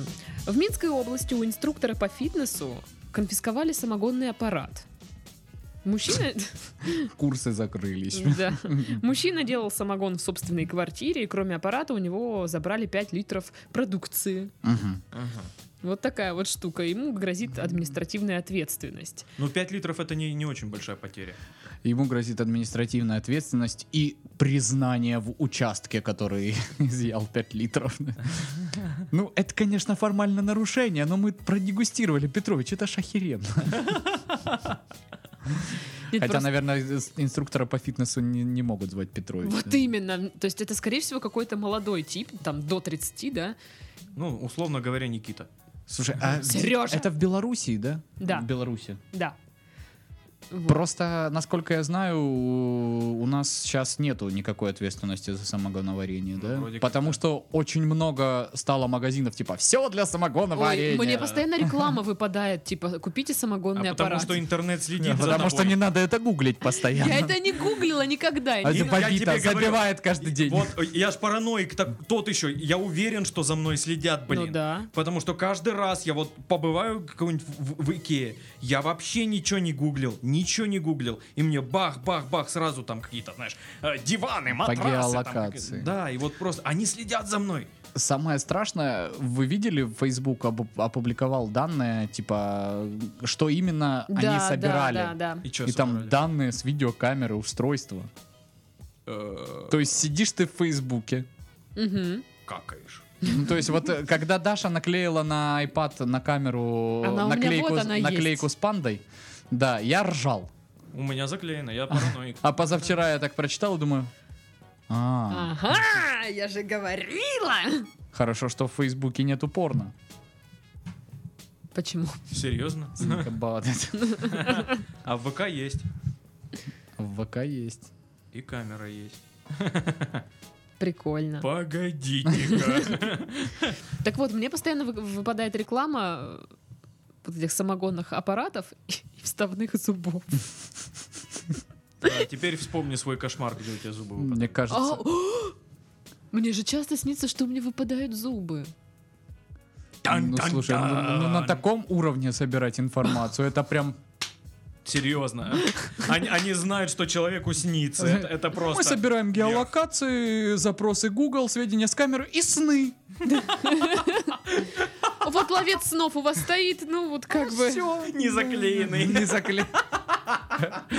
Speaker 2: В Минской области у инструктора по фитнесу конфисковали самогонный аппарат. Мужчина...
Speaker 1: [laughs] Курсы закрылись. [laughs]
Speaker 2: Да. Мужчина делал самогон в собственной квартире, и кроме аппарата у него забрали 5 литров продукции.
Speaker 1: Мгм.
Speaker 2: Вот такая вот штука. Ему грозит административная ответственность.
Speaker 3: Ну, 5 литров это не, не очень большая потеря.
Speaker 1: [laughs] Ему грозит административная ответственность и признание в участке, который [laughs] изъял 5 [laughs] литров. Ну, это, конечно, формально нарушение, но мы продегустировали, Петрович, это ж охеренно.
Speaker 2: Нет,
Speaker 1: Хотя,
Speaker 2: просто-
Speaker 1: наверное, из- инструктора по фитнесу не, не могут звать Петрович.
Speaker 2: Вот именно. То есть это, скорее всего, какой-то молодой тип, там, до 30, да?
Speaker 3: Ну, условно говоря, Никита.
Speaker 1: Слушай, а где-
Speaker 2: Серёжа!
Speaker 1: это в Белоруссии, да?
Speaker 2: Да.
Speaker 1: В Беларуси.
Speaker 2: Да. Вот.
Speaker 1: Просто, насколько я знаю, у у нас сейчас нету никакой ответственности за самогоноварение, да?
Speaker 3: Ну, вроде как
Speaker 1: Потому
Speaker 3: да.
Speaker 1: что очень много стало магазинов типа все для
Speaker 2: Ой,
Speaker 1: самогоноварения.
Speaker 2: мне постоянно реклама выпадает, типа, купите
Speaker 3: А
Speaker 2: самогонный
Speaker 3: потому
Speaker 2: аппарат.
Speaker 3: что интернет следит
Speaker 1: Да,
Speaker 3: за
Speaker 1: Потому что
Speaker 3: тобой.
Speaker 1: не надо это гуглить постоянно.
Speaker 2: Я это не гуглила никогда. Ну
Speaker 1: А
Speaker 2: не
Speaker 1: это
Speaker 3: я
Speaker 2: знаю.
Speaker 1: бандита
Speaker 3: тебе говорю.
Speaker 1: забивает каждый день.
Speaker 3: Вот, э, я ж параноик, так, тот еще. Я уверен, что за мной следят, блин.
Speaker 2: Ну да.
Speaker 3: Потому что каждый раз я вот побываю какой-нибудь в, в Икее, я вообще ничего не гуглил, ничего не гуглил, и мне бах-бах-бах сразу там какие-то, знаешь, э, диваны, матрасы. там
Speaker 1: геолокации.
Speaker 3: какие-то. да, и вот просто они следят за мной.
Speaker 1: Самое страшное, вы видели, Facebook об- опубликовал данные, типа, что именно они
Speaker 2: Да, да,
Speaker 1: собирали.
Speaker 2: да, да.
Speaker 3: И, чё,
Speaker 1: И там
Speaker 3: собрали?
Speaker 1: данные с видеокамеры устройства.
Speaker 3: Э,
Speaker 1: То есть сидишь ты в Фейсбуке.
Speaker 2: Мгм.
Speaker 3: какаешь.
Speaker 1: Ну, то есть вот э, когда Даша наклеила на iPad на камеру
Speaker 2: Она у меня
Speaker 1: наклейку,
Speaker 2: вот она
Speaker 1: наклейку
Speaker 2: есть.
Speaker 1: с пандой, да, я ржал.
Speaker 3: У меня заклеено, я параноик.
Speaker 1: А позавчера я так прочитал и думаю, а,
Speaker 2: Ага, я же говорила.
Speaker 1: хорошо, что в Фейсбуке нету порно.
Speaker 2: Почему?
Speaker 3: Серьезно?
Speaker 2: [laughs]
Speaker 1: Ебать.
Speaker 3: А в ВК есть.
Speaker 1: В ВК есть.
Speaker 3: И камера есть.
Speaker 2: Прикольно.
Speaker 1: [laughs]
Speaker 3: Погодите-ка.
Speaker 2: Так вот, мне постоянно вы- выпадает реклама э, вот этих самогонных аппаратов [laughs] и вставных зубов.
Speaker 3: Да, А, Теперь вспомни свой кошмар, где у тебя зубы выпадают.
Speaker 1: Мне кажется,
Speaker 2: А, Мне же часто снится, что мне выпадают зубы.
Speaker 1: ну слушай, ну, ну, на таком уровне собирать информацию, это прям...
Speaker 3: Серьезно.
Speaker 1: [laughs]
Speaker 3: а? Они, они знают, что человеку снится. Это, это просто...
Speaker 1: Э, Мы собираем геолокации, запросы Google, сведения с камеры и сны.
Speaker 2: А Вот ловец снов у вас стоит, ну вот как бы.
Speaker 3: Не заклеенный.
Speaker 1: Не закле-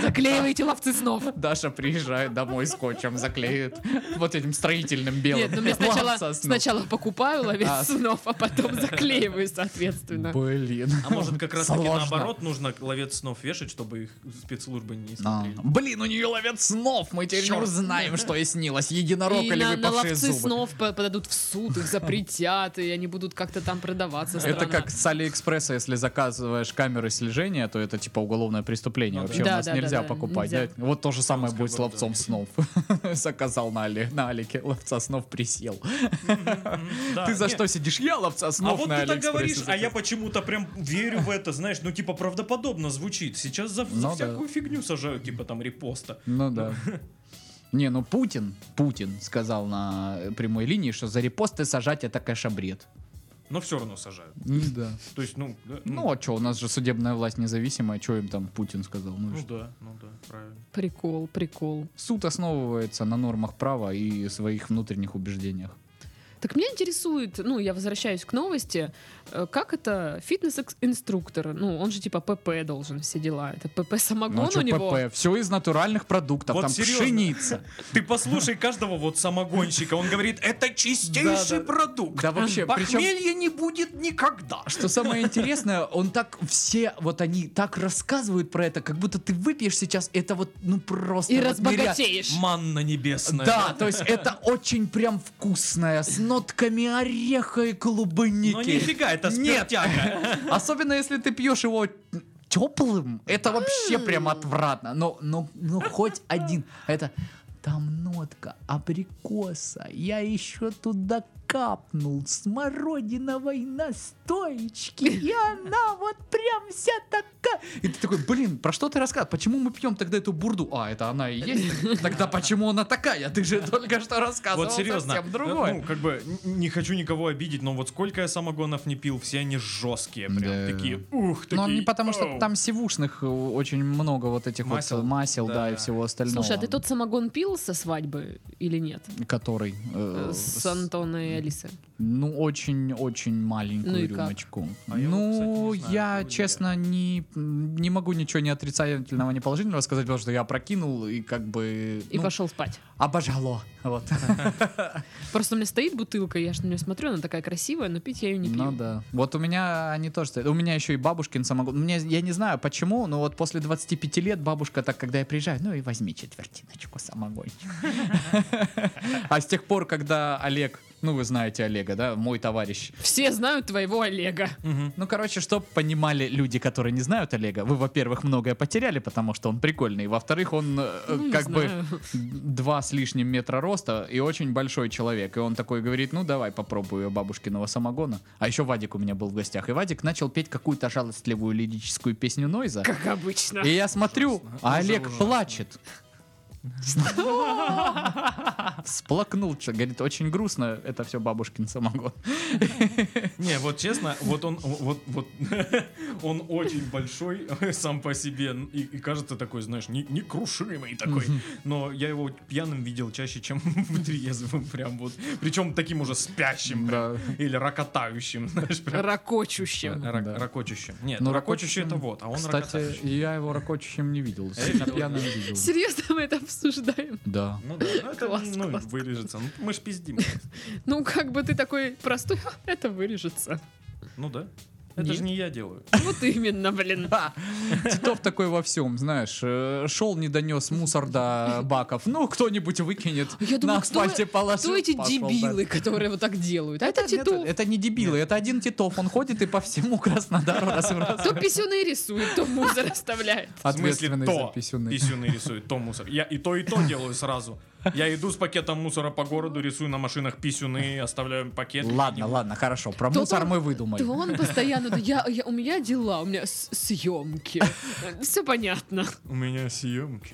Speaker 2: Заклеивайте ловцы снов.
Speaker 1: Даша приезжает домой скотчем, заклеит вот этим строительным белым.
Speaker 2: Нет, ну мне
Speaker 1: Лапса
Speaker 2: сначала,
Speaker 1: снов.
Speaker 2: сначала покупаю ловец
Speaker 1: А.
Speaker 2: снов, а потом заклеиваю, соответственно.
Speaker 1: Блин.
Speaker 3: А может, как раз таки
Speaker 1: Сложно.
Speaker 3: наоборот нужно ловец снов вешать, чтобы их спецслужбы не
Speaker 1: Да.
Speaker 3: смотрели.
Speaker 1: Блин, у нее ловец снов. Мы теперь
Speaker 3: Чёрт.
Speaker 1: узнаем, что ей снилось. Единорог
Speaker 2: И
Speaker 1: или
Speaker 2: на, на
Speaker 1: выпавшие
Speaker 2: ловцы
Speaker 1: зубы.
Speaker 2: снов по- подадут в суд, их запретят, и они будут как-то там продаваться.
Speaker 1: Это
Speaker 2: странно.
Speaker 1: как с Алиэкспресса, если заказываешь камеры слежения, то это типа уголовное преступление.
Speaker 3: Ну да.
Speaker 1: Вообще у
Speaker 2: Да,
Speaker 1: нас
Speaker 2: да,
Speaker 1: нельзя
Speaker 2: да, да,
Speaker 1: покупать.
Speaker 2: нельзя.
Speaker 1: да? Вот то же самое
Speaker 3: Русская
Speaker 1: будет с
Speaker 3: борода.
Speaker 1: ловцом снов. [laughs] Заказал на Али, на Алике ловца снов присел.
Speaker 3: Да,
Speaker 1: Ты за
Speaker 3: не.
Speaker 1: что сидишь? Я ловца
Speaker 3: А
Speaker 1: снов
Speaker 3: вот
Speaker 1: на
Speaker 3: ты так
Speaker 1: Алиэкспрессе
Speaker 3: говоришь, а
Speaker 1: заказал.
Speaker 3: я почему-то прям верю в это, знаешь, ну типа правдоподобно звучит. Сейчас за, за
Speaker 1: Ну да.
Speaker 3: всякую фигню сажают, типа там репоста.
Speaker 1: Ну да. Не, ну Путин, Путин сказал на прямой линии, что за репосты сажать это, конечно, бред.
Speaker 3: Но все равно сажают.
Speaker 1: Да.
Speaker 3: То есть, ну, да,
Speaker 1: Ну а что, у нас же судебная власть независимая, что им там Путин сказал? Ну, и
Speaker 3: ну
Speaker 1: что?
Speaker 3: да, ну да, правильно.
Speaker 2: Прикол, прикол.
Speaker 1: Суд основывается на нормах права и своих внутренних убеждениях.
Speaker 2: Так меня интересует, ну, я возвращаюсь к новости, э, как это фитнес-инструктор, ну, он же типа ПП должен, все дела, это
Speaker 1: Ну, а
Speaker 2: ПП-самогон
Speaker 1: чё
Speaker 2: у него.
Speaker 1: ПП? Все из натуральных продуктов,
Speaker 3: Вот
Speaker 1: там
Speaker 3: серьёзно.
Speaker 1: пшеница.
Speaker 3: Ты послушай каждого вот самогонщика, он говорит, это чистейший
Speaker 1: Да, да.
Speaker 3: продукт.
Speaker 1: Да вообще, причем...
Speaker 3: Похмелья не будет никогда.
Speaker 1: Что самое интересное, он так все, вот они так рассказывают про это, как будто ты выпьешь сейчас, это вот, ну просто...
Speaker 2: И
Speaker 1: вот нереально.
Speaker 2: разбогатеешь.
Speaker 3: Манна небесная.
Speaker 1: Да, то есть это очень прям вкусное, с нотками ореха и клубники.
Speaker 3: Но Ну, нифига, это
Speaker 1: Нет. [laughs]
Speaker 3: спиртяга.
Speaker 1: Особенно если ты пьешь его теплым, это вообще прям отвратно. Но, но, но хоть один. Это там нотка абрикоса. Я еще туда капнул смородиновой настойки. И она вот прям вся такая. И ты такой, блин, про что ты рассказываешь? Почему мы пьем тогда эту бурду? А, это она и есть? Тогда почему она такая? Ты же только что рассказывал
Speaker 3: Вот серьезно.
Speaker 1: совсем
Speaker 3: Ну,
Speaker 1: другое.
Speaker 3: как бы, н- не хочу никого обидеть, но вот сколько я самогонов не пил, все они жесткие. Прям
Speaker 1: Да.
Speaker 3: такие, ух, такие.
Speaker 1: Но не потому, что
Speaker 3: оу.
Speaker 1: там сивушных э, очень много вот этих
Speaker 3: Масел.
Speaker 1: вот масел, да,
Speaker 3: Да.
Speaker 1: и всего остального.
Speaker 2: Слушай, а ты тот самогон пил со свадьбы или нет?
Speaker 1: Который? э,
Speaker 2: Э,
Speaker 1: с-
Speaker 2: С Антона и Алисы.
Speaker 1: Ну, очень-очень
Speaker 2: Ну
Speaker 1: маленькую
Speaker 2: и как?
Speaker 1: рюмочку.
Speaker 3: А я вот,
Speaker 1: ну,
Speaker 3: кстати, не знаю,
Speaker 1: я,
Speaker 3: пил ли я.
Speaker 1: честно, не, не могу ничего ни отрицательного, ни положительного сказать, потому что я прокинул и как бы...
Speaker 2: И
Speaker 1: ну,
Speaker 2: пошел спать.
Speaker 1: Обожало. Вот.
Speaker 2: Просто у меня стоит бутылка, я же на нее смотрю, она такая красивая, но пить я ее не пью.
Speaker 1: Ну да. Вот у меня они тоже стоят. У меня еще и бабушкин самогон. Мне, я не знаю почему, но вот после 25 лет бабушка так, когда я приезжаю, ну и возьми четвертиночку самогончика. А с тех пор, когда Олег Ну, вы знаете Олега, да? Мой товарищ.
Speaker 2: Все знают твоего Олега.
Speaker 3: Мгм.
Speaker 1: Ну, короче, чтобы понимали люди, которые не знают Олега, вы, во-первых, многое потеряли, потому что он прикольный. Во-вторых, он э,
Speaker 2: Ну, не
Speaker 1: как бы
Speaker 2: знаю.
Speaker 1: два с лишним метра роста и очень большой человек. И он такой говорит, ну давай попробую её бабушкиного самогона. А еще Вадик у меня был в гостях. И Вадик начал петь какую-то жалостливую лирическую песню Нойза.
Speaker 2: Как обычно.
Speaker 1: И я смотрю, а
Speaker 3: Уже
Speaker 1: Олег
Speaker 3: ужасно.
Speaker 1: плачет. Всплакнул, чё- говорит, очень грустно, это все бабушкин самогон.
Speaker 3: Не, вот честно, вот он, вот, вот, [laughs] он очень большой [laughs] сам по себе и, и кажется такой, знаешь, не- некрушимый такой. Но я его пьяным видел чаще, чем [laughs] трезвым, прям вот. Причем таким уже спящим прям.
Speaker 1: Да.
Speaker 3: или рокотающим, [laughs] знаешь,
Speaker 2: [laughs]
Speaker 3: прям.
Speaker 2: Ракочущим.
Speaker 3: Рак-
Speaker 1: да.
Speaker 3: Ракочущим. Нет,
Speaker 1: Ну,
Speaker 3: ну, ракочущий это
Speaker 1: ракочущим,
Speaker 3: вот, а он
Speaker 1: Кстати,
Speaker 3: ракотающий.
Speaker 1: я его ракочущим не видел, сильно пьяным видел.
Speaker 2: Серьезно мы это обсуждаем?
Speaker 1: Да.
Speaker 3: Ну да, ну это
Speaker 2: Класс,
Speaker 3: ну,
Speaker 2: класс.
Speaker 3: вырежется. Ну, мы ж пиздим.
Speaker 2: Ну, как бы ты такой простой, [laughs] «Ха, это вырежется.
Speaker 3: Ну да. Это
Speaker 2: Нет.
Speaker 3: же не я делаю.
Speaker 2: Вот именно, блин.
Speaker 1: Титов такой во всем, знаешь, э, шел не донес мусор до баков. Ну, кто-нибудь выкинет.
Speaker 2: Я думаю,
Speaker 1: на
Speaker 2: кто-
Speaker 1: асфальте положил.
Speaker 2: Кто эти
Speaker 1: пошел дальше.
Speaker 2: дебилы, которые вот так делают? А это
Speaker 1: Это,
Speaker 2: Титов.
Speaker 1: это не дебилы, это один Титов. Он ходит и по всему Краснодару раз в раз. [laughs]
Speaker 2: То писюны рисует, то мусор оставляет.
Speaker 1: Ответственный
Speaker 3: в смысле, то
Speaker 1: за писюны.
Speaker 3: писюны рисуют, то мусор. Я и то, и то делаю сразу. Я иду с пакетом мусора по городу, рисую на машинах писюны, оставляю пакет.
Speaker 1: Ладно, ладно, хорошо. Про
Speaker 2: То
Speaker 1: мусор
Speaker 2: он-
Speaker 1: мы
Speaker 2: То
Speaker 1: выдумали.
Speaker 2: он постоянно, да я, я- у меня дела, у меня с-
Speaker 1: [laughs]
Speaker 2: съемки. Все понятно.
Speaker 3: У меня съемки.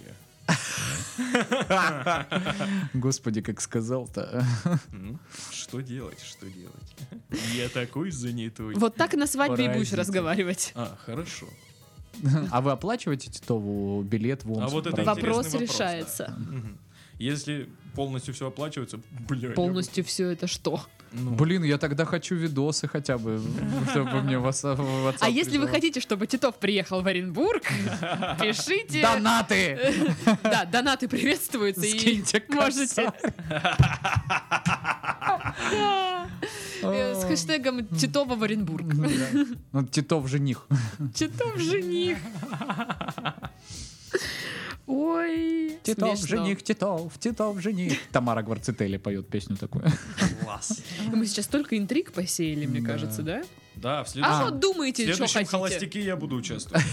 Speaker 1: Господи, как сказал-то. [laughs]
Speaker 3: М, Что делать, что делать? Я такой занятой.
Speaker 2: Вот так на свадьбе и будешь
Speaker 1: Паразиты.
Speaker 2: разговаривать.
Speaker 3: А, хорошо.
Speaker 1: А вы оплачиваете Титову билет в Омск?
Speaker 3: А вот это
Speaker 1: правда?
Speaker 3: интересный
Speaker 2: Вопрос
Speaker 3: вопрос,
Speaker 2: решается.
Speaker 3: Мгм. Если полностью все оплачивается, бля. я-
Speaker 2: Полностью все это что?
Speaker 3: Ну,
Speaker 1: Блин, я тогда хочу видосы хотя
Speaker 2: [laughs]
Speaker 1: бы, чтобы мне в ос- в WhatsApp
Speaker 2: А если вы
Speaker 1: присылали.
Speaker 2: хотите, чтобы Титов приехал в Оренбург, [laughs] пишите.
Speaker 1: Донаты!
Speaker 2: [laughs] Да, донаты приветствуются. и
Speaker 1: Скиньте
Speaker 2: Можете. Э, С хэштегом Титова в Оренбург.
Speaker 1: Ну, Титов жених.
Speaker 2: Титов жених. Ой,
Speaker 1: Титов
Speaker 2: смешно.
Speaker 1: жених, Титов, Титов жених. Тамара Гварцетели поет песню такую.
Speaker 3: класс.
Speaker 2: Мы сейчас только интриг посеяли, мне
Speaker 1: Да.
Speaker 2: кажется, да?
Speaker 3: Ну Да, в следующем,
Speaker 2: А что
Speaker 3: в
Speaker 2: думаете, что
Speaker 3: следующем
Speaker 2: хотите?
Speaker 3: холостяке я буду участвовать.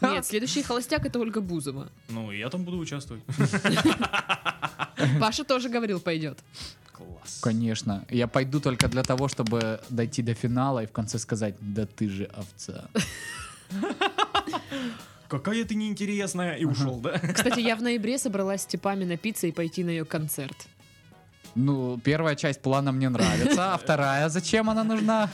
Speaker 2: Нет, следующий холостяк это Ольга [laughs] Бузова.
Speaker 3: Ну, и я там
Speaker 2: [laughs]
Speaker 3: буду участвовать.
Speaker 2: Паша тоже говорил, пойдет.
Speaker 3: Класс.
Speaker 1: Конечно. Я пойду только для того, чтобы дойти до финала и в конце сказать, да ты же овца.
Speaker 3: Какая ты неинтересная, и ушел, да?
Speaker 2: Кстати, я в ноябре собралась с типами напиться и пойти на ее концерт.
Speaker 1: Ну, первая часть плана мне нравится, а вторая, зачем она нужна?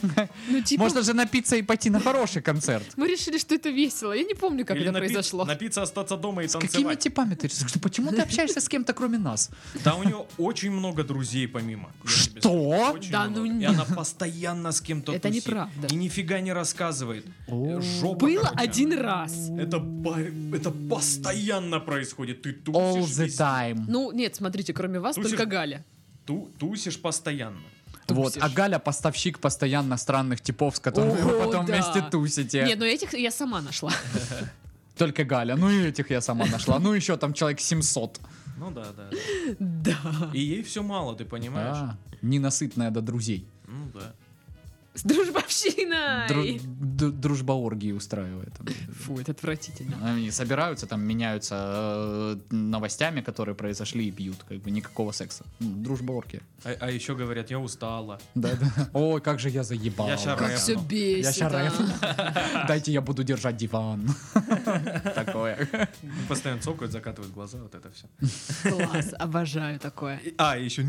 Speaker 2: Ну, типа,
Speaker 1: Можно же напиться и пойти на хороший концерт.
Speaker 2: мы решили, что это весело. Я не помню, как
Speaker 3: Или
Speaker 2: это
Speaker 3: напи-
Speaker 2: произошло.
Speaker 3: Напиться, остаться дома и
Speaker 1: Какими
Speaker 3: танцевать.
Speaker 1: типами ты? Почему ты общаешься с кем-то, кроме нас?
Speaker 3: Да у нее очень много друзей помимо. я тебе скажу,
Speaker 1: Что?
Speaker 3: очень
Speaker 2: Да
Speaker 3: много.
Speaker 2: ну
Speaker 3: И
Speaker 2: не-
Speaker 3: она постоянно с кем-то
Speaker 2: Это
Speaker 3: тусит.
Speaker 2: неправда.
Speaker 3: И нифига не рассказывает.
Speaker 1: О.
Speaker 3: Жопа.
Speaker 2: Было
Speaker 3: короче.
Speaker 2: один раз.
Speaker 3: Это, по- это постоянно происходит. Ты тусишь,
Speaker 1: All the
Speaker 3: весь-
Speaker 1: time.
Speaker 2: Ну, нет, смотрите, кроме вас,
Speaker 3: Тусишь?
Speaker 2: только Галя.
Speaker 3: ту- тусишь постоянно.
Speaker 1: Вот. А
Speaker 2: тусишь.
Speaker 1: Галя поставщик постоянно странных типов, с которыми вы
Speaker 2: О,
Speaker 1: потом
Speaker 2: да.
Speaker 1: вместе тусите.
Speaker 2: Нет, но этих я сама нашла.
Speaker 1: Только Галя. Ну и этих я сама нашла. Ну еще там человек 700.
Speaker 3: Ну да, да.
Speaker 2: [laughs] Да.
Speaker 3: И ей все мало, ты понимаешь?
Speaker 1: Да. А, Ненасытная до друзей.
Speaker 3: Ну да.
Speaker 2: С дружбовщиной.
Speaker 1: Дру- д- Дружба оргии устраивает.
Speaker 2: Фу, это отвратительно.
Speaker 1: Они собираются, там меняются э, новостями, которые произошли, и пьют. Как бы никакого секса. М, Дружба оргии.
Speaker 3: А, еще говорят, я устала.
Speaker 1: Да, да. Ой, как же я заебал.
Speaker 3: Я ща
Speaker 2: Как
Speaker 3: Рэп.
Speaker 2: все бесит.
Speaker 1: ща рэп.
Speaker 2: а.
Speaker 1: Дайте я буду держать диван.
Speaker 3: [laughs]
Speaker 1: Такое.
Speaker 3: Постоянно цокают, закатывают глаза, вот это все.
Speaker 2: Класс, обожаю [laughs] такое.
Speaker 3: А, еще...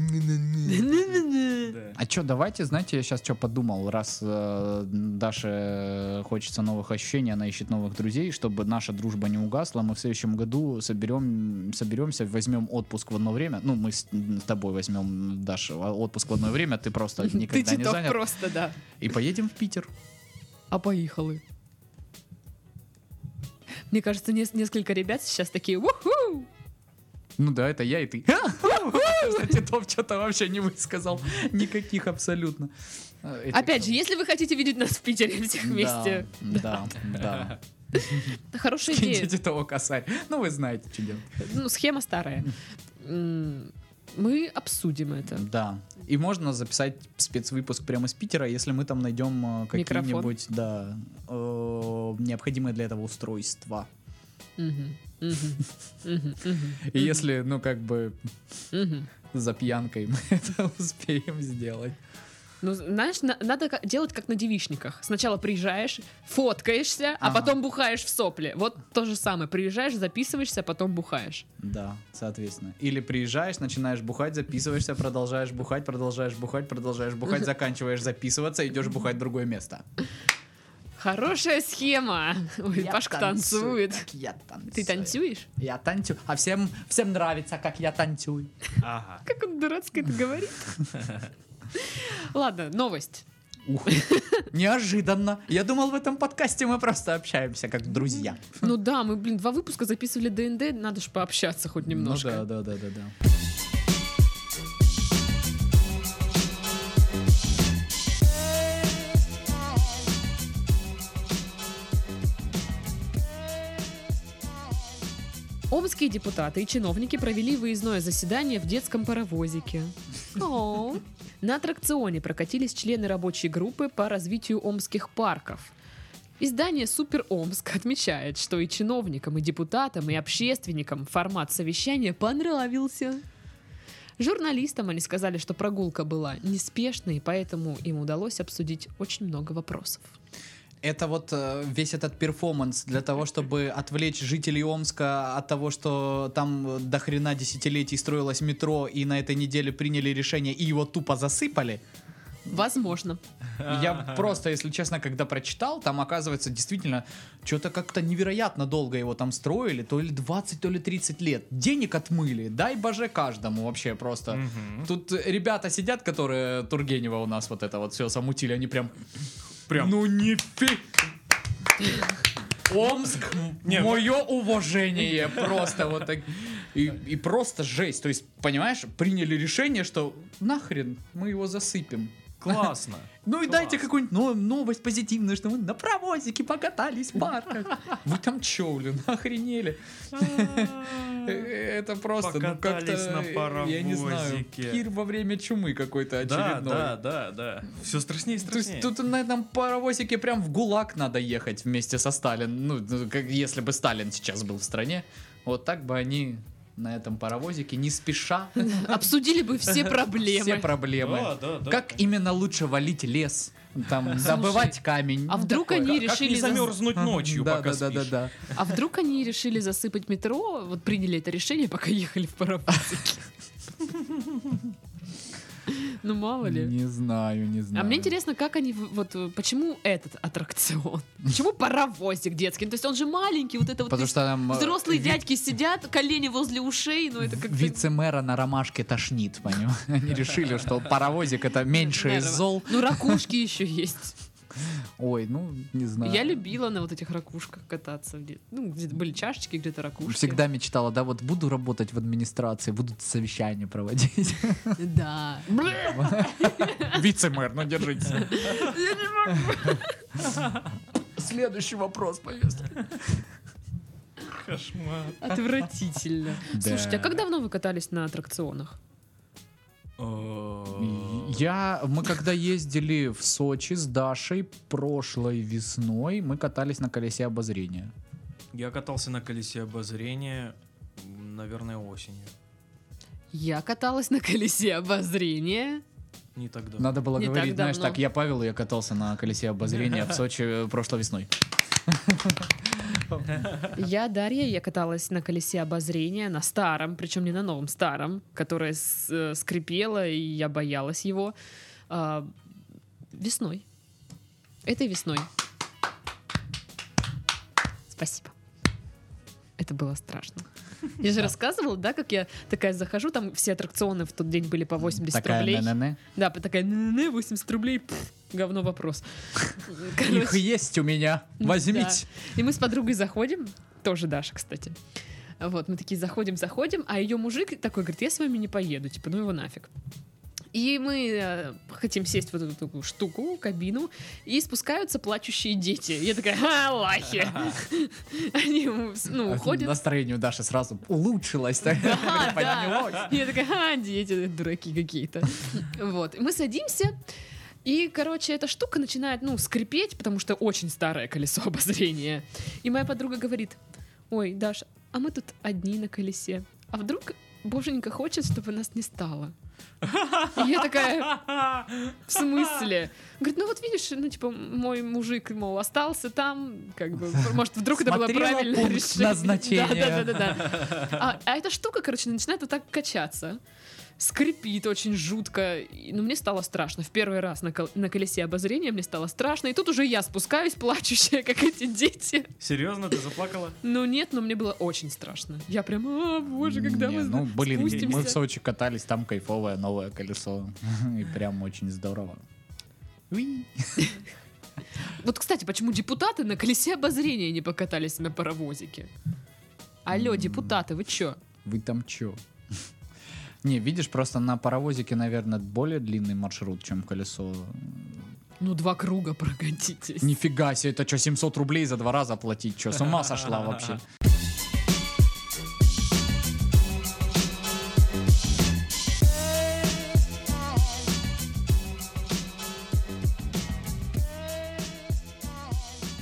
Speaker 2: [laughs]
Speaker 1: А чё, давайте, знаете, я сейчас что подумал, раз э, Даше хочется новых ощущений, она ищет новых друзей, чтобы наша дружба не угасла, мы в следующем году соберем, соберемся, возьмем отпуск в одно время, ну, мы с, с тобой возьмем, Даша, а- отпуск в одно время, ты
Speaker 2: [laughs]
Speaker 1: просто
Speaker 2: Ты
Speaker 1: никогда не
Speaker 2: титов
Speaker 1: занят,
Speaker 2: просто, да.
Speaker 1: и поедем в Питер.
Speaker 2: А поехали. Мне кажется, нес- несколько ребят сейчас такие «Уху!»
Speaker 1: Ну да, это я и [laughs] ты. Кстати, Топ что-то вообще не высказал, никаких абсолютно. Э, этих-
Speaker 2: Опять же, если вы хотите видеть нас в Питере [laughs] всех вместе, [laughs]
Speaker 1: Да, да, да.
Speaker 2: хорошая идея.
Speaker 1: Киньте того косарь. Ну, вы знаете, что делать.
Speaker 2: Ну, схема старая. М, Мы обсудим это.
Speaker 1: Э, Да. И можно записать спецвыпуск прямо из Питера, если мы там найдем э,
Speaker 2: Микрофон.
Speaker 1: какие-нибудь да, э, необходимые для этого устройства.
Speaker 2: Мгм, мгм, мгм, мгм,
Speaker 1: И если, ну, как бы
Speaker 2: мгм.
Speaker 1: за пьянкой мы [laughs] это успеем сделать.
Speaker 2: Ну, знаешь, на- надо ка- делать как на девичниках. Сначала приезжаешь, фоткаешься, а
Speaker 1: Ага.
Speaker 2: потом бухаешь в сопли. Вот то же самое. Приезжаешь, записываешься, а потом бухаешь.
Speaker 1: Да, соответственно. Или приезжаешь, начинаешь бухать, записываешься, продолжаешь бухать, продолжаешь бухать, продолжаешь
Speaker 2: [laughs]
Speaker 1: бухать, заканчиваешь записываться, идешь бухать в другое место.
Speaker 2: Хорошая
Speaker 1: [laughs]
Speaker 2: схема. Ой,
Speaker 1: Я
Speaker 2: Пашка
Speaker 1: танцую,
Speaker 2: танцует.
Speaker 1: как я танцую.
Speaker 2: Ты танцуешь?
Speaker 1: Я танцую. А всем, всем нравится, как я танцую.
Speaker 3: Ага.
Speaker 2: Как он дурацко это
Speaker 1: [laughs]
Speaker 2: говорит. Ладно, новость.
Speaker 1: Ух, неожиданно. Я думал, в этом подкасте мы просто общаемся, как друзья.
Speaker 2: Ну да, мы, блин, два выпуска записывали ДНД, надо же пообщаться хоть немножко.
Speaker 1: Ну да, да, да, да, да.
Speaker 2: Омские депутаты и чиновники провели выездное заседание в детском паровозике. Оу. На аттракционе прокатились члены рабочей группы по развитию омских парков. Издание «Супер Омск» отмечает, что и чиновникам, и депутатам, и общественникам формат совещания понравился. Журналистам они сказали, что прогулка была неспешной, поэтому им удалось обсудить очень много вопросов.
Speaker 1: Это вот э, весь этот перформанс для того, чтобы отвлечь жителей Омска от того, что там э, до хрена десятилетий строилось метро, и на этой неделе приняли решение, и его тупо засыпали.
Speaker 2: Возможно.
Speaker 1: Я просто, если честно, когда прочитал, там оказывается действительно что-то как-то невероятно долго его там строили, то ли 20, то ли 30 лет. Денег отмыли, дай боже каждому вообще просто.
Speaker 3: Мгм.
Speaker 1: Тут ребята сидят, которые Тургенева у нас вот это вот все замутили, они прям...
Speaker 3: Прям.
Speaker 1: Ну нифиг! Омск,
Speaker 3: Не, ну-
Speaker 1: мое уважение, просто вот так. И, и просто жесть. То есть, понимаешь, приняли решение, что нахрен мы его засыпем.
Speaker 3: [laughs] Классно.
Speaker 1: Ну и
Speaker 3: Класс.
Speaker 1: дайте какую-нибудь но- новость позитивную, что мы на провозике покатались в парках. Вы там чё, блин, охренели? Э, Это просто, ну как-то,
Speaker 3: Покатались на
Speaker 1: э, я не знаю,
Speaker 3: паровозике.
Speaker 1: Кир во время чумы какой-то
Speaker 3: Да,
Speaker 1: очередной.
Speaker 3: да, да, да. Все страшнее и
Speaker 1: То есть
Speaker 3: страшнее.
Speaker 1: тут на этом паровозике прям в ГУЛАГ надо ехать вместе со Сталин. Ну, ну, как если бы Сталин сейчас был в стране, вот так бы они на этом паровозике не спеша [laughs]
Speaker 2: Обсудили бы все проблемы.
Speaker 1: все проблемы.
Speaker 3: Да, да, да,
Speaker 1: как
Speaker 3: конечно.
Speaker 1: именно лучше валить лес, там добывать камень.
Speaker 2: а
Speaker 1: Ну,
Speaker 2: вдруг
Speaker 1: такое.
Speaker 2: они
Speaker 3: Как- Как
Speaker 2: решили
Speaker 3: не
Speaker 2: за-
Speaker 3: замерзнуть ночью,
Speaker 1: да,
Speaker 3: пока
Speaker 1: да, да, да,
Speaker 3: спишь.
Speaker 1: да.
Speaker 2: А вдруг они решили засыпать метро, вот приняли это решение, пока ехали в паровозике? Ну, мало ли.
Speaker 1: Не знаю, не знаю.
Speaker 2: А мне интересно, как они, в- вот, э, почему этот аттракцион? Почему паровозик детский? Ну, То есть он же маленький, вот это вот...
Speaker 1: Потому
Speaker 2: то
Speaker 1: что там
Speaker 2: есть
Speaker 1: э,
Speaker 2: Взрослые
Speaker 1: ви-
Speaker 2: дядьки сидят, колени возле ушей, но ну, это как-то...
Speaker 1: Вице-мэра на ромашке тошнит, понимаешь? [laughs] Они решили, что паровозик это меньше из
Speaker 2: Здорово.
Speaker 1: зол.
Speaker 2: Ну, ракушки еще есть.
Speaker 1: Ой, ну, не знаю.
Speaker 2: Я любила на вот этих ракушках кататься. где- Ну, где-то были чашечки, где-то ракушки.
Speaker 1: Всегда мечтала, да, вот буду работать в администрации, буду совещания проводить.
Speaker 2: Да. Бля,
Speaker 1: [laughs] Вице-мэр, ну [laughs] держитесь.
Speaker 2: я не могу.
Speaker 1: Следующий вопрос, повестка.
Speaker 3: Кошмар.
Speaker 2: Отвратительно.
Speaker 1: Да.
Speaker 2: Слушайте, а как давно вы катались на аттракционах?
Speaker 3: Э,
Speaker 1: Я, мы когда ездили в Сочи с Дашей прошлой весной, мы катались на колесе обозрения.
Speaker 3: Я катался на колесе обозрения, м, наверное, осенью.
Speaker 2: Я каталась на колесе обозрения.
Speaker 3: Не тогда.
Speaker 1: Надо было
Speaker 2: Не так
Speaker 1: говорить, знаешь,
Speaker 2: давно.
Speaker 1: так, я Павел, я катался на колесе обозрения в Сочи э, прошлой весной.
Speaker 2: Я Дарья, я каталась на колесе обозрения, на старом, причем не на новом, старом, которое с- э, скрипело, и я боялась его. А, весной. Этой весной. Спасибо. Это было страшно. Я же рассказывала, да, как я такая захожу, там все аттракционы в тот день были по 80
Speaker 1: Такая
Speaker 2: рублей.
Speaker 1: на
Speaker 2: Да, такая, «Не-не-не, 80 рублей, пф, говно вопрос.
Speaker 1: Их
Speaker 2: Короче,
Speaker 1: есть у меня,
Speaker 2: да.
Speaker 1: возьмите.
Speaker 2: И мы с подругой заходим, тоже Даша, кстати. Вот, мы такие заходим, заходим, а ее мужик такой говорит, я с вами не поеду, типа, ну его нафиг. И мы э, хотим сесть в эту такую штуку, кабину, и спускаются плачущие дети. Я такая, а, лахи. Они, ну, уходят.
Speaker 1: Настроение у Даши сразу улучшилось. [laughs] так.
Speaker 2: Да,
Speaker 1: Поднялось.
Speaker 2: да. Я такая, а, дети, дураки какие-то. Вот. И Мы садимся, и, короче, эта штука начинает, ну, скрипеть, потому что очень старое колесо [laughs] обозрения. И моя подруга говорит, ой, Даша, а мы тут одни на колесе. А вдруг боженька хочет, чтобы нас не стало? И я такая, в смысле? Говорит, ну вот видишь, ну типа мой мужик, мол, остался там, как бы, может, вдруг это было
Speaker 1: Смотрела
Speaker 2: правильное
Speaker 1: пункт
Speaker 2: решение.
Speaker 1: назначения.
Speaker 2: Да, да, да, да. да. А, а эта штука, короче, начинает вот так качаться. Скрипит очень жутко. И, Ну, мне стало страшно. В первый раз на, кол- на колесе обозрения мне стало страшно. И тут уже я спускаюсь, плачущая, как эти дети.
Speaker 3: Серьезно,
Speaker 1: [laughs]
Speaker 3: ты заплакала?
Speaker 2: Ну нет, но мне было очень страшно. Я прям, а, боже, когда
Speaker 1: Не,
Speaker 2: мы
Speaker 1: ну, блин,
Speaker 2: спустимся.
Speaker 1: мы в Сочи катались, там кайфовое новое колесо. [laughs] И прям очень здорово. Уи.
Speaker 2: Вот, кстати, почему депутаты на колесе обозрения не покатались на паровозике? Алло, депутаты, вы чё?
Speaker 1: Вы там чё? [laughs] Не, видишь, просто на паровозике, наверное, более длинный маршрут, чем колесо.
Speaker 2: Ну, два круга прокатитесь.
Speaker 1: Нифига себе, это что, 700 рублей за два раза платить? Что, с ума сошла вообще?
Speaker 2: [laughs]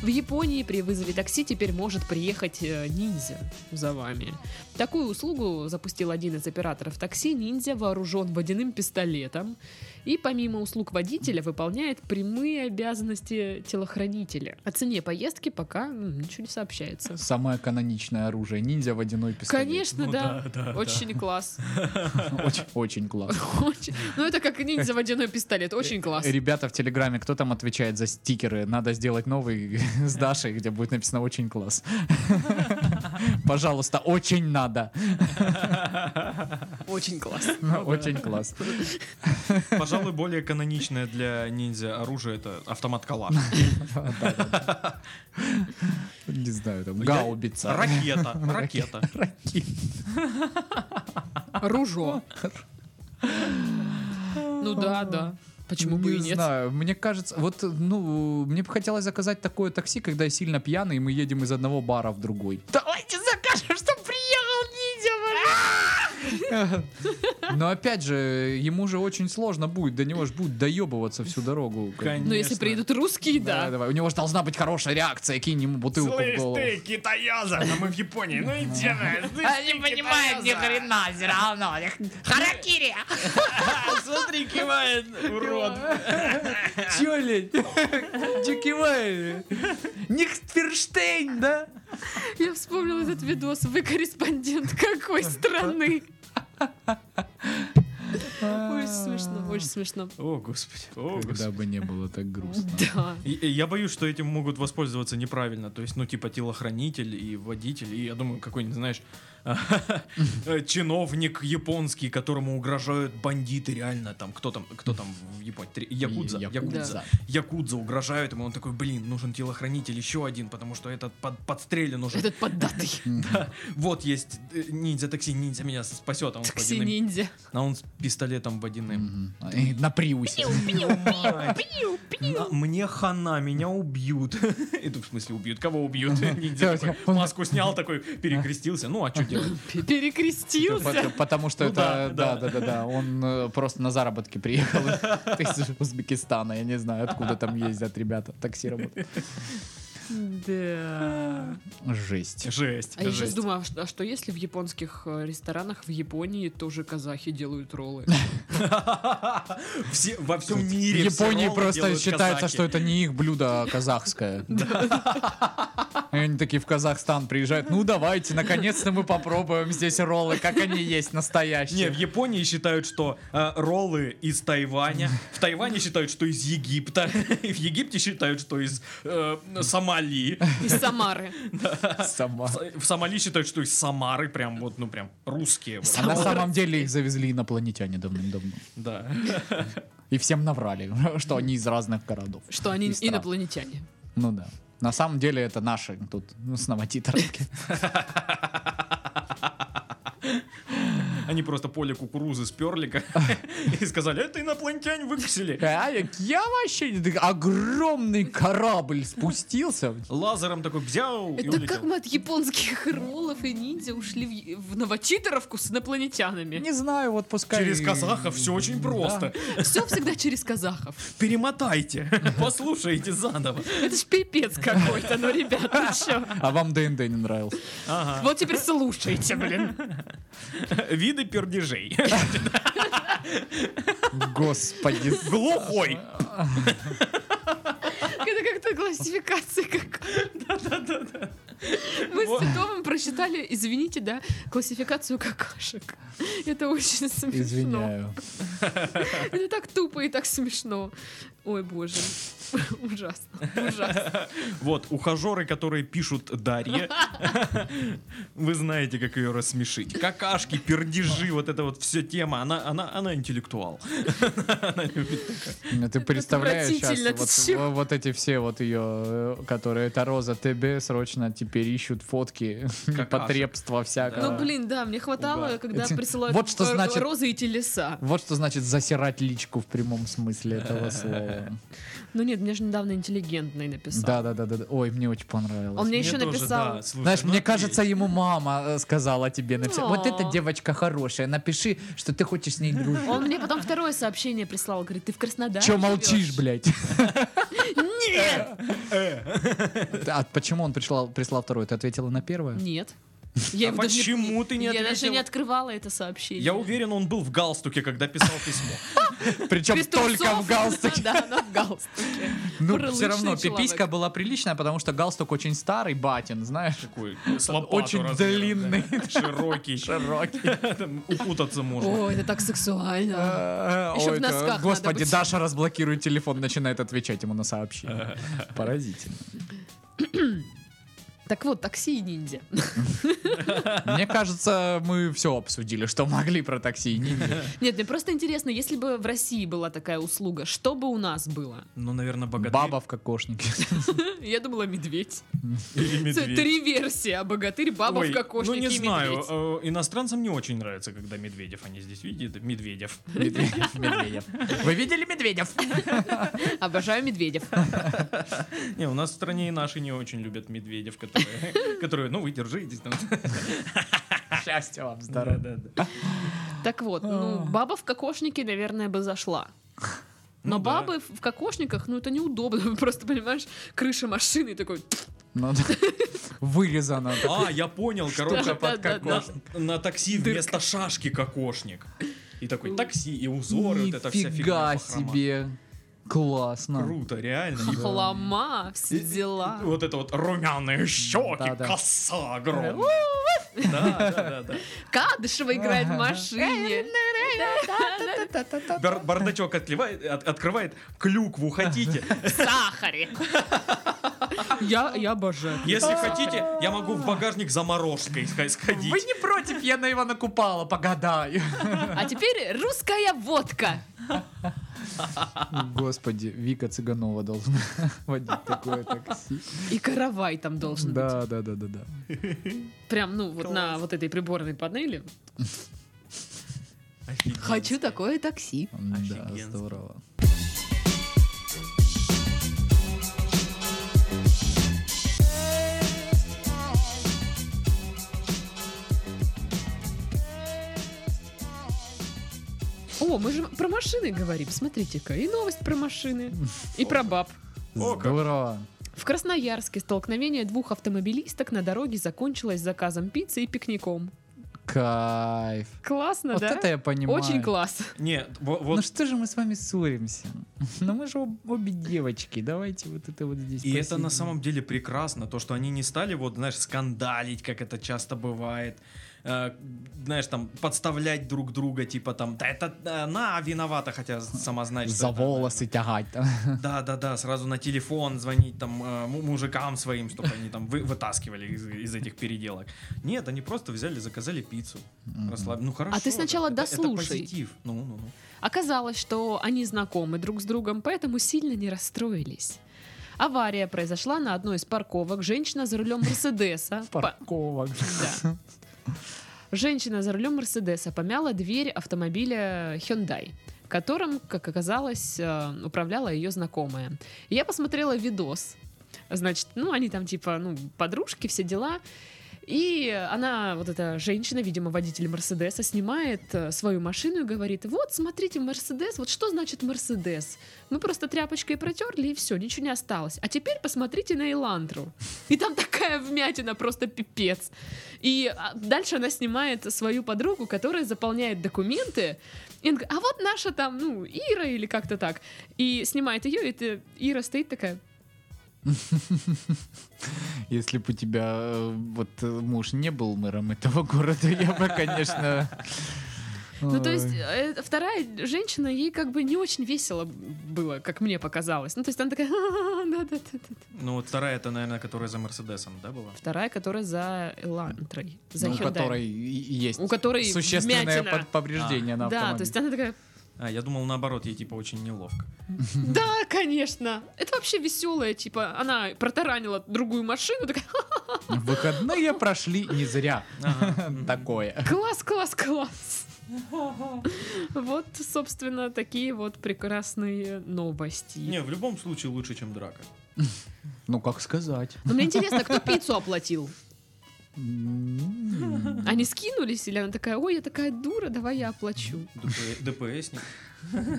Speaker 2: В Японии при вызове такси теперь может приехать э, ниндзя за вами. Такую услугу запустил один из операторов такси. Ниндзя вооружен водяным пистолетом и помимо услуг водителя выполняет прямые обязанности телохранителя. О цене поездки пока м, ничего не сообщается.
Speaker 1: Самое каноничное оружие. Ниндзя водяной пистолет.
Speaker 2: Конечно,
Speaker 3: Ну
Speaker 2: да.
Speaker 3: да, да,
Speaker 2: Очень класс.
Speaker 1: [laughs] Очень, очень классно.
Speaker 2: Очень- Ну это как ниндзя водяной пистолет.
Speaker 1: Э,
Speaker 2: Очень класс.
Speaker 1: Ребята в Телеграме, кто там отвечает за стикеры? Надо сделать новый [laughs] с Дашей, где будет написано «Очень класс». [laughs] Пожалуйста, очень надо.
Speaker 2: Очень класс.
Speaker 1: Очень класс.
Speaker 3: [laughs] Пожалуй, более каноничное для ниндзя оружие это автомат кала.
Speaker 1: [laughs] Да-да-да. Не знаю, там
Speaker 3: Я-
Speaker 1: гаубица.
Speaker 3: Ракета, ракета.
Speaker 2: Ружо. Ну да, да. Почему бы и
Speaker 1: не
Speaker 2: нет?
Speaker 1: знаю, мне кажется, вот, ну, мне бы хотелось заказать такое такси, когда я сильно пьяный, и мы едем из одного бара в другой. Давайте закажем, что приехал Ниндзя! [laughs] Но опять же, ему же очень сложно будет, до него же будет доебываться всю дорогу. как бы.
Speaker 3: Конечно.
Speaker 2: Ну если придут русские, да.
Speaker 1: давай. У него же должна быть хорошая реакция, кинь ему бутылку в голову.
Speaker 3: китаяза, а мы в Японии, ну иди
Speaker 4: Они не понимают ни хрена, все равно. Харакири!
Speaker 3: [laughs] Смотри, кивает, урод.
Speaker 1: Чё, лень? Чё киваешь? Нихтферштейн, да?
Speaker 2: Я вспомнила этот видос. Вы корреспондент [laughs] какой страны? Очень смешно, очень смешно.
Speaker 3: О, господи, о,
Speaker 1: Когда
Speaker 3: господи.
Speaker 1: бы не было так грустно.
Speaker 2: Да.
Speaker 3: И- и Я боюсь, что этим могут воспользоваться неправильно. То есть, ну, типа, телохранитель и водитель, и, я думаю, какой-нибудь, знаешь, [laughs] э, чиновник японский, которому угрожают бандиты реально. Там, кто там, кто там в Японии? Три- Якудза.
Speaker 1: Я-
Speaker 3: Якудза.
Speaker 1: Да.
Speaker 3: Якудза угрожают ему, он такой, блин, нужен телохранитель еще один, потому что этот под, подстрелен уже.
Speaker 2: Этот поддатый
Speaker 3: Вот есть э, ниндзя-такси, ниндзя меня спасет, а он, с водяным,
Speaker 2: такси-ниндзя.
Speaker 3: а он с пистолетом водяным.
Speaker 1: Мгм. И На приусе.
Speaker 3: На- мне хана, меня убьют. [laughs] И тут, в смысле, убьют. Кого убьют? Ниндзя такой,
Speaker 1: Давайте, он-
Speaker 3: маску снял такой, перекрестился. Ну, а что делать?
Speaker 2: П- Перекрестился.
Speaker 1: Пот- Потому что
Speaker 3: Ну
Speaker 1: это, да,
Speaker 3: да,
Speaker 1: да, да, да, он э, просто на заработки приехал [laughs] из Узбекистана, я не знаю, откуда там ездят ребята, такси работают.
Speaker 2: Да.
Speaker 1: Жесть.
Speaker 3: Жесть.
Speaker 2: А я сейчас
Speaker 3: жесть.
Speaker 2: думаю, а что- а что если в японских э, ресторанах в Японии тоже казахи делают [laughs] роллы?
Speaker 3: Все, во всем
Speaker 1: В
Speaker 3: мире все
Speaker 1: Японии
Speaker 3: роллы
Speaker 1: просто
Speaker 3: делают
Speaker 1: считается,
Speaker 3: казаки.
Speaker 1: что это не их блюдо, а
Speaker 3: [laughs]
Speaker 1: казахское. И они такие в Казахстан приезжают, ну давайте, наконец-то мы попробуем здесь роллы, как они есть
Speaker 3: Не, в
Speaker 1: настоящие.
Speaker 3: Японии считают, что э, роллы из Тайваня, в Тайване считают, что из Египта, и в Египте считают, что из э, Сомали,
Speaker 2: Из Самары.
Speaker 3: [laughs]
Speaker 1: Сама.
Speaker 3: в Сомали считают, что из Самары, прям вот, ну прям русские. вот.
Speaker 1: А на самом деле их завезли инопланетяне давным-давно.
Speaker 3: Да.
Speaker 1: И всем наврали, [laughs] что они из разных городов.
Speaker 2: Что они
Speaker 1: И стран.
Speaker 2: инопланетяне.
Speaker 1: Ну да. На самом деле это наши тут ну, сноватитарки.
Speaker 3: Они просто поле кукурузы с перлика и сказали, это инопланетяне выкосили.
Speaker 1: [laughs] А Я я вообще не- огромный корабль спустился.
Speaker 3: Лазером такой взял и
Speaker 2: Это как
Speaker 3: улетел.
Speaker 2: мы от японских роллов и ниндзя ушли в, в новочитеровку с инопланетянами.
Speaker 1: Не знаю, вот пускай.
Speaker 3: Через казахов все очень просто.
Speaker 2: Все всегда через казахов. [laughs]
Speaker 3: Перемотайте, послушайте заново.
Speaker 2: Это ж пипец какой-то, ну, ребят, [laughs] вы чё?
Speaker 1: А вам ДНД не нравился?
Speaker 3: Ага.
Speaker 2: Вот теперь слушайте, блин.
Speaker 3: Виды пердежей.
Speaker 2: [laughs]
Speaker 1: Господи.
Speaker 3: Глухой.
Speaker 2: Это как-то классификация как... Мы с Титовым просчитали, извините, да, классификацию какашек. Это очень смешно.
Speaker 1: Извиняю.
Speaker 2: Это так тупо и так смешно. Ой, боже. [laughs] Ужасно. Ужасно.
Speaker 3: Вот, ухажеры, которые пишут Дарье, [laughs] вы знаете, как ее рассмешить. Какашки, пердежи, вот эта вот вся тема, она, она, она интеллектуал. Она любит такое.
Speaker 1: Ну, Ты представляешь сейчас
Speaker 2: отвратительно, ты
Speaker 1: вот,
Speaker 2: чего?
Speaker 1: во- вот эти все вот ее, э, которые это Роза ТБ срочно теперь ищут фотки [laughs] непотребства всякого.
Speaker 2: Ну, блин, да, мне хватало, когда
Speaker 1: Эти-
Speaker 2: присылают
Speaker 1: вот что
Speaker 2: р-
Speaker 1: значит-
Speaker 2: розы и телеса.
Speaker 1: Вот что значит засирать личку в прямом смысле этого слова.
Speaker 2: Ну нет, мне же недавно интеллигентный написал.
Speaker 1: Да, да, да, да. да. Ой, мне очень понравилось.
Speaker 2: Он А мне еще
Speaker 3: тоже,
Speaker 2: написал.
Speaker 3: да, слушай,
Speaker 1: Знаешь,
Speaker 3: ну
Speaker 1: мне
Speaker 3: отлично.
Speaker 1: кажется, ему мама э, сказала тебе написать. Вот
Speaker 2: О.
Speaker 1: эта девочка хорошая, напиши, что ты хочешь с ней дружить.
Speaker 2: Он мне потом второе сообщение прислал, говорит, ты в Краснодаре
Speaker 1: Че
Speaker 2: живешь?»
Speaker 1: молчишь, блядь?
Speaker 2: Нет!
Speaker 5: Э,
Speaker 1: А почему он прислал, прислал второе? Ты ответила на первое?
Speaker 3: [laughs]
Speaker 2: Нет. Я
Speaker 3: А
Speaker 2: его даже не-
Speaker 3: почему ты не
Speaker 2: Я даже
Speaker 3: ответила?
Speaker 2: не открывала это сообщение.
Speaker 3: Я уверен, он был в галстуке, когда писал письмо.
Speaker 1: Причем
Speaker 2: Без
Speaker 1: только
Speaker 2: трусов.
Speaker 1: в галстуке.
Speaker 2: [laughs] Да, она в галстуке.
Speaker 5: [laughs] Ну,
Speaker 3: [laughs]
Speaker 2: Прилычный
Speaker 5: все равно,
Speaker 2: человек.
Speaker 5: пиписька была приличная, потому что галстук очень старый, батин, знаешь.
Speaker 3: Такой, с лопату
Speaker 1: Очень
Speaker 3: размером,
Speaker 1: длинный.
Speaker 3: да, Широкий. Широкий. Упутаться можно.
Speaker 2: О, это так сексуально.
Speaker 1: Э,
Speaker 2: Ещё
Speaker 1: ой,
Speaker 2: в
Speaker 1: да,
Speaker 2: носках надо
Speaker 1: Господи,
Speaker 2: быть.
Speaker 1: Даша разблокирует телефон, начинает отвечать ему на сообщение. Поразительно.
Speaker 2: Так вот, такси и ниндзя.
Speaker 1: Мне кажется, мы все обсудили, что могли про такси и ниндзя.
Speaker 2: Нет, мне просто интересно, если бы в России была такая услуга, что бы у нас было?
Speaker 3: Ну, наверное, богатырь.
Speaker 1: Баба
Speaker 5: [laughs]
Speaker 1: в кокошнике.
Speaker 2: Я думала, медведь.
Speaker 3: или медведь.
Speaker 2: Три версии, а богатырь, баба
Speaker 3: Ой,
Speaker 2: в кокошнике
Speaker 3: Ну, не
Speaker 2: и
Speaker 3: знаю.
Speaker 2: медведь.
Speaker 3: э, Иностранцам не очень нравится, когда Медведев они здесь видят. Медведев.
Speaker 1: Медведев, Медведев. Вы видели Медведев?
Speaker 2: [laughs] Обожаю медведев.
Speaker 3: Не, у нас в стране и наши не очень любят медведев, которые, [laughs] которые ну, вы держитесь там.
Speaker 1: Счастья вам, здоровья.
Speaker 3: Да-да-да.
Speaker 2: Так вот,
Speaker 3: А.
Speaker 2: ну, баба в кокошнике, наверное, бы зашла. Но
Speaker 3: [laughs] Ну да.
Speaker 2: бабы в- в кокошниках, ну это неудобно, [laughs] просто понимаешь, крыша машины такой.
Speaker 1: Ну [laughs] да. Вырезано.
Speaker 3: А, я понял, короче,
Speaker 2: под
Speaker 3: на, на такси вместо шашки кокошник. И такой такси, и узоры, вот эта вся фигня.
Speaker 1: Нифига
Speaker 3: похрома.
Speaker 1: себе. Классно.
Speaker 3: Круто, реально. И-
Speaker 2: Хлама,
Speaker 3: и-
Speaker 2: все
Speaker 3: и
Speaker 2: дела.
Speaker 3: Вот это вот румяные щеки,
Speaker 1: Да-да.
Speaker 3: коса огромная. Да, да, да, да.
Speaker 2: Кадышева играет в машине.
Speaker 3: Бар- Бардачок отливает, от- открывает, клюкву хотите?
Speaker 2: В сахаре. А, Я, я обожаю.
Speaker 3: Если хотите, я могу в багажник за морожкой сх-
Speaker 1: Вы
Speaker 3: сходить.
Speaker 1: не против, я на его накупала, погадаю.
Speaker 2: А теперь русская водка.
Speaker 1: [laughs] Господи, Вика Цыганова должна [laughs] водить такое такси.
Speaker 2: И каравай там должен быть.
Speaker 1: Да, да, да, да, да.
Speaker 2: Прям, ну, вот на вот этой приборной панели.
Speaker 3: Офигеть.
Speaker 2: Хочу такое такси.
Speaker 1: Да,
Speaker 3: Офигенски.
Speaker 1: здорово.
Speaker 2: О, мы же про машины говорим. Смотрите-ка, и новость про машины, и про баб.
Speaker 3: О, как.
Speaker 1: Здорово.
Speaker 2: В Красноярске столкновение двух автомобилисток на дороге закончилось заказом пиццы и пикником.
Speaker 1: Кайф.
Speaker 2: Классно,
Speaker 1: Вот
Speaker 2: Ну да?
Speaker 1: это я понимаю.
Speaker 2: Очень класс.
Speaker 3: Нет, во-
Speaker 1: Ну
Speaker 3: вот
Speaker 1: что же мы с вами ссоримся? [laughs] Ну мы же об- обе девочки, давайте вот это вот здесь.
Speaker 3: И это на
Speaker 1: посидим.
Speaker 3: самом деле прекрасно, то, что они не стали, вот, знаешь, скандалить, как это часто бывает, Э, знаешь, там, подставлять друг друга, типа там, да это э, она виновата, хотя сама знаешь. что
Speaker 1: за
Speaker 3: это она.
Speaker 1: волосы [laughs] тягать.
Speaker 3: Да-да-да, сразу на телефон звонить там э, му- мужикам своим, чтобы они там вы- вытаскивали из, из этих переделок. Нет, они просто взяли, заказали пиццу. Расслаб- Ну хорошо.
Speaker 2: А ты сначала
Speaker 3: это-
Speaker 2: дослушай.
Speaker 3: Это позитив. Ну, ну, ну.
Speaker 2: Оказалось, что они знакомы друг с другом, поэтому сильно не расстроились. Авария произошла на одной из парковок. Женщина за рулем Мерседеса. по-
Speaker 1: Парковок.
Speaker 2: Да. Женщина за рулем Мерседеса помяла дверь автомобиля Hyundai которым, как оказалось, э, управляла ее знакомая. И Я посмотрела видос. Значит, ну, они там типа, ну, подружки, все дела. И она, вот эта женщина, видимо, водитель Мерседеса, снимает э, свою машину и говорит, вот, смотрите, Мерседес, вот что значит Мерседес? Мы просто тряпочкой протерли, и все, ничего не осталось. А теперь посмотрите на Элантру. И там такая вмятина, просто пипец. И а, дальше она снимает свою подругу, которая заполняет документы. И она говорит, а вот наша там, ну, Ира или как-то так. И снимает ее, и это- Ира стоит такая,
Speaker 1: [laughs] Если бы у тебя э, вот э, муж не был мэром этого города, я бы, конечно...
Speaker 2: [laughs] Ну, то есть,
Speaker 1: ой.
Speaker 2: э, вторая женщина, ей как бы не очень весело было, как мне показалось. Ну, то есть, она такая, [laughs] да-да-да.
Speaker 3: Ну, вот вторая, это, наверное, которая за Мерседесом, да, была?
Speaker 2: Вторая, которая за Элантрой, за Ну,
Speaker 1: Ну, у
Speaker 2: Hyundai.
Speaker 1: которой и- и есть
Speaker 2: У которой
Speaker 1: существенное
Speaker 2: вмятина.
Speaker 1: под- повреждение на
Speaker 2: А, Да, то
Speaker 1: автомобиле.
Speaker 2: есть она такая, [laughs]
Speaker 3: А, я думал, наоборот, ей, типа, очень неловко.
Speaker 2: да, конечно. Это вообще веселая, типа, она протаранила другую машину, такая,
Speaker 1: [laughs] Выходные прошли не зря. Такое.
Speaker 2: класс, класс, класс. Вот, собственно, такие вот прекрасные новости.
Speaker 3: Не, в любом случае лучше, чем драка.
Speaker 1: Ну, как сказать.
Speaker 2: Но мне интересно, кто пиццу оплатил?
Speaker 1: М.
Speaker 2: Они скинулись, или она такая, ой, я такая дура, давай я оплачу.
Speaker 3: ДП- ДПСник.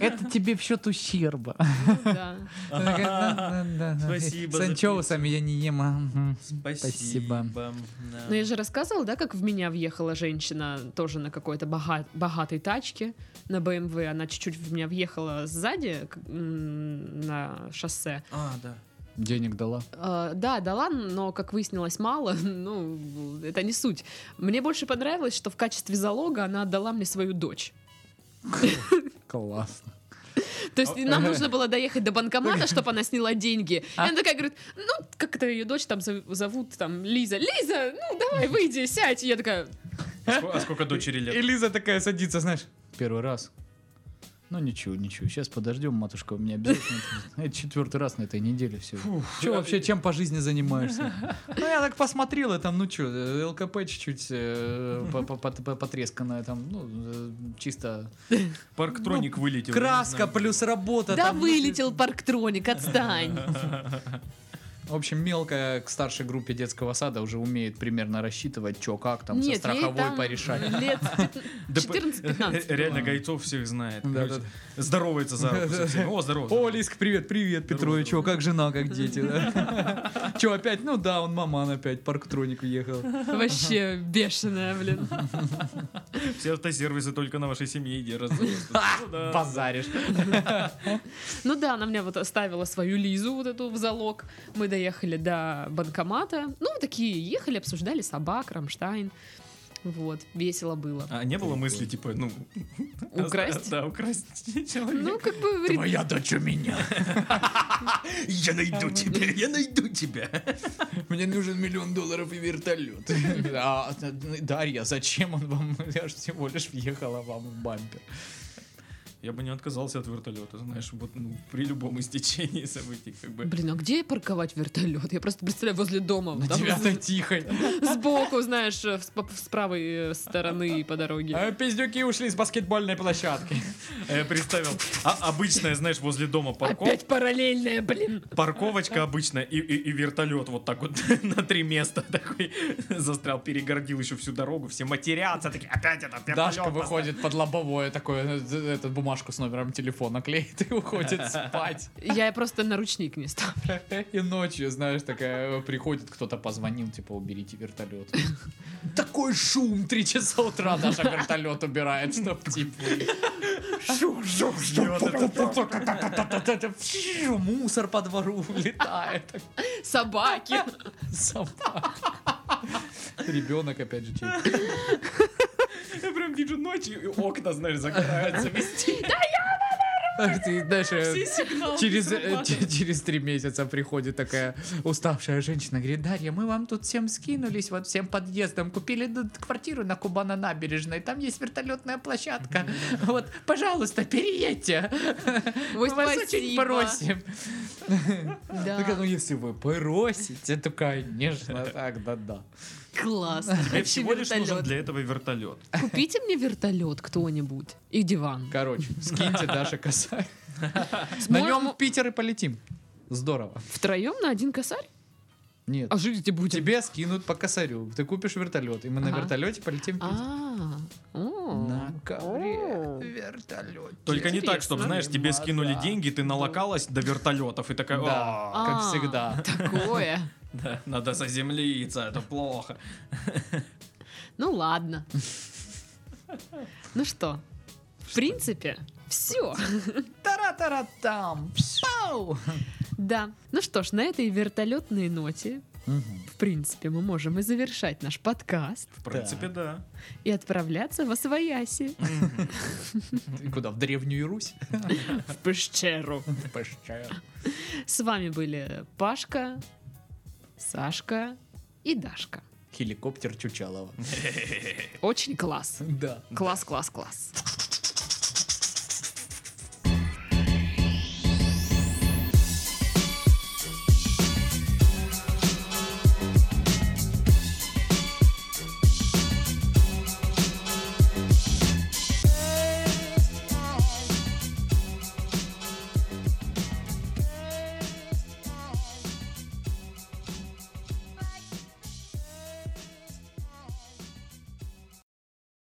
Speaker 1: Это тебе в счет [laughs] ущерба.
Speaker 2: Ну да.
Speaker 1: Она говорит, «Да, да, да, да».
Speaker 3: Спасибо
Speaker 1: С
Speaker 3: за
Speaker 1: анчоусами я не ем. а, мгм.
Speaker 3: Спасибо. Да.
Speaker 2: Но я же рассказывала, да, как в меня въехала женщина тоже на какой-то бога- богатой тачке на BMW. Она чуть-чуть в меня въехала сзади к- м, на шоссе.
Speaker 3: А, да.
Speaker 1: Денег дала.
Speaker 2: Э, да, дала, но, как выяснилось, мало. [laughs] Ну, это не суть. Мне больше понравилось, что в качестве залога она отдала мне свою дочь.
Speaker 1: Классно.
Speaker 2: То есть
Speaker 1: [laughs]
Speaker 2: нам нужно было доехать до банкомата, чтобы она сняла деньги. И она такая говорит, ну, как это ее дочь там зов- зовут, там, Лиза. Лиза, ну, давай, выйди, сядь. И я такая,
Speaker 3: Ск- А сколько дочери
Speaker 1: И
Speaker 3: лет?
Speaker 1: Лиза такая садится, знаешь, первый раз. Ну ничего, ничего, сейчас подождем, матушка, у меня обязательно. Это четвертый раз на этой неделе все. Че вообще, чем по жизни занимаешься? Ну я так посмотрела, там, ну что, ЛКП чуть-чуть э, по- по- по- потресканная, там, ну, э, чисто
Speaker 3: Парктроник вылетел. я Типа, не
Speaker 1: краска
Speaker 3: знаю.
Speaker 1: плюс работа.
Speaker 2: да
Speaker 1: там, ну,
Speaker 2: вылетел парктроник, отстань.
Speaker 1: В общем, мелкая к старшей группе детского сада уже умеет примерно рассчитывать, что как там со
Speaker 2: Нет, ей
Speaker 1: страховой
Speaker 2: там
Speaker 1: порешать.
Speaker 2: лет
Speaker 3: ДП- э,
Speaker 2: 14-15.
Speaker 3: Реально, Гайцов всех знает.
Speaker 1: Да,
Speaker 3: Короче, Здоровается за руку со всеми. О, здорово.
Speaker 1: О, Лиск, привет, привет, Петрович, чё, как жена, как дети, да? [laughs] Чё, опять? Ну да, он маман опять, парктроник уехал.
Speaker 2: Вообще бешеная, блин.
Speaker 3: Все автосервисы только на вашей семье Ну иди раз.
Speaker 1: Базаришь.
Speaker 2: Ну да, она мне вот оставила свою Лизу вот эту в залог. Мы доехали до банкомата. Ну, такие ехали, обсуждали собак, Рамштайн. Вот, весело было.
Speaker 3: А не было мысли, типа, ну...
Speaker 2: Украсть?
Speaker 3: Да, украсть [laughs] человека.
Speaker 2: Ну, как бы... реб-
Speaker 1: Твоя дочь у меня.
Speaker 3: [laughs] Я найду тебя, я найду тебя.
Speaker 1: [laughs] Мне нужен миллион долларов и вертолет. [laughs] А, Дарья, зачем он вам? [laughs] Я ж всего лишь въехала вам в бампер.
Speaker 3: Я бы не отказался от вертолета, знаешь, вот ну, при любом истечении событий, как бы.
Speaker 2: Блин, а где парковать вертолет? Я просто представляю, возле дома.
Speaker 3: Ну,
Speaker 1: На
Speaker 2: там
Speaker 1: девятой
Speaker 3: [laughs]
Speaker 1: тихой.
Speaker 2: Сбоку, знаешь, э, с, поп- с правой э,
Speaker 3: [laughs]
Speaker 2: стороны по дороге.
Speaker 1: А пиздюки ушли с баскетбольной площадки.
Speaker 3: А Я представил, а, обычная, знаешь, возле дома парков-
Speaker 2: Опять параллельная, блин.
Speaker 3: парковочка обычная и, и- и вертолет вот так вот [laughs] на три места такой застрял, перегородил еще всю дорогу, все матерятся, такие, опять этот вертолет.
Speaker 1: Дашка выходит под лобовое такое, э, эту бумажку с номером телефона клеит и [laughs] уходит спать.
Speaker 2: Я просто наручник не стал.
Speaker 1: [laughs] И ночью, знаешь, такая э, приходит, кто-то позвонил, типа, уберите [laughs] вертолет. Такой шум, три часа утра Даша вертолет убирает, чтоб типа... шум, шум, шум. Мусор по двору улетает. [laughs]
Speaker 3: [laughs]
Speaker 2: Собаки.
Speaker 1: Собака. Ребенок, опять же, чей-то.
Speaker 3: Я прям вижу ночью, и окна, знаешь, закрываются везде.
Speaker 1: Ты знаешь, э,
Speaker 2: сигналы
Speaker 1: через, э, че- [laughs] через три месяца приходит такая уставшая женщина, говорит, Дарья, мы вам тут всем скинулись, вот всем подъездом, купили тут квартиру на Кубана набережной, там есть вертолетная
Speaker 2: [laughs]
Speaker 1: площадка, вот, пожалуйста, переедьте,
Speaker 2: Ой,
Speaker 1: мы вас очень
Speaker 2: спасибо.
Speaker 1: просим. Такая, ну
Speaker 2: Да,
Speaker 1: если вы просите, то, [laughs] конечно, так, да-да.
Speaker 2: класс.
Speaker 3: Тебе
Speaker 2: Хочу
Speaker 3: всего лишь нужен
Speaker 2: вертолет.
Speaker 3: для этого вертолет.
Speaker 2: Купите мне вертолет кто-нибудь и диван.
Speaker 1: Короче,
Speaker 2: [laughs]
Speaker 1: скиньте Даша косарь. На
Speaker 2: Сможем
Speaker 1: нем в Питер и полетим. Здорово.
Speaker 2: втроем на один косарь?
Speaker 1: Нет.
Speaker 2: А жить где будем?
Speaker 1: Тебе скинут по косарю. Ты купишь вертолет, и мы на
Speaker 2: Ага.
Speaker 1: вертолете полетим в Питер.
Speaker 2: А, о.
Speaker 1: На
Speaker 2: О.
Speaker 1: ковре вертолет.
Speaker 3: Только не так,
Speaker 2: Интересно.
Speaker 3: чтобы, знаешь, тебе скинули
Speaker 1: Да.
Speaker 3: деньги, ты налокалась до вертолетов и такая, «А,
Speaker 1: Да, как
Speaker 2: А.
Speaker 1: всегда.
Speaker 2: Такое.
Speaker 3: да, надо заземлиться, это плохо.
Speaker 2: Ну ладно. Ну что, в принципе, все.
Speaker 1: Тара-тара-там. Пау!
Speaker 2: Да. Ну что ж, на этой вертолетной ноте, в принципе, мы можем и завершать наш подкаст
Speaker 3: В принципе, да.
Speaker 2: и отправляться во свояси.
Speaker 1: И Куда? В Древнюю Русь?
Speaker 2: В пещеру. С вами были Пашка, Сашка и Дашка.
Speaker 1: Хеликоптер Чучалова.
Speaker 2: Очень класс.
Speaker 1: Да.
Speaker 2: Класс, класс, класс.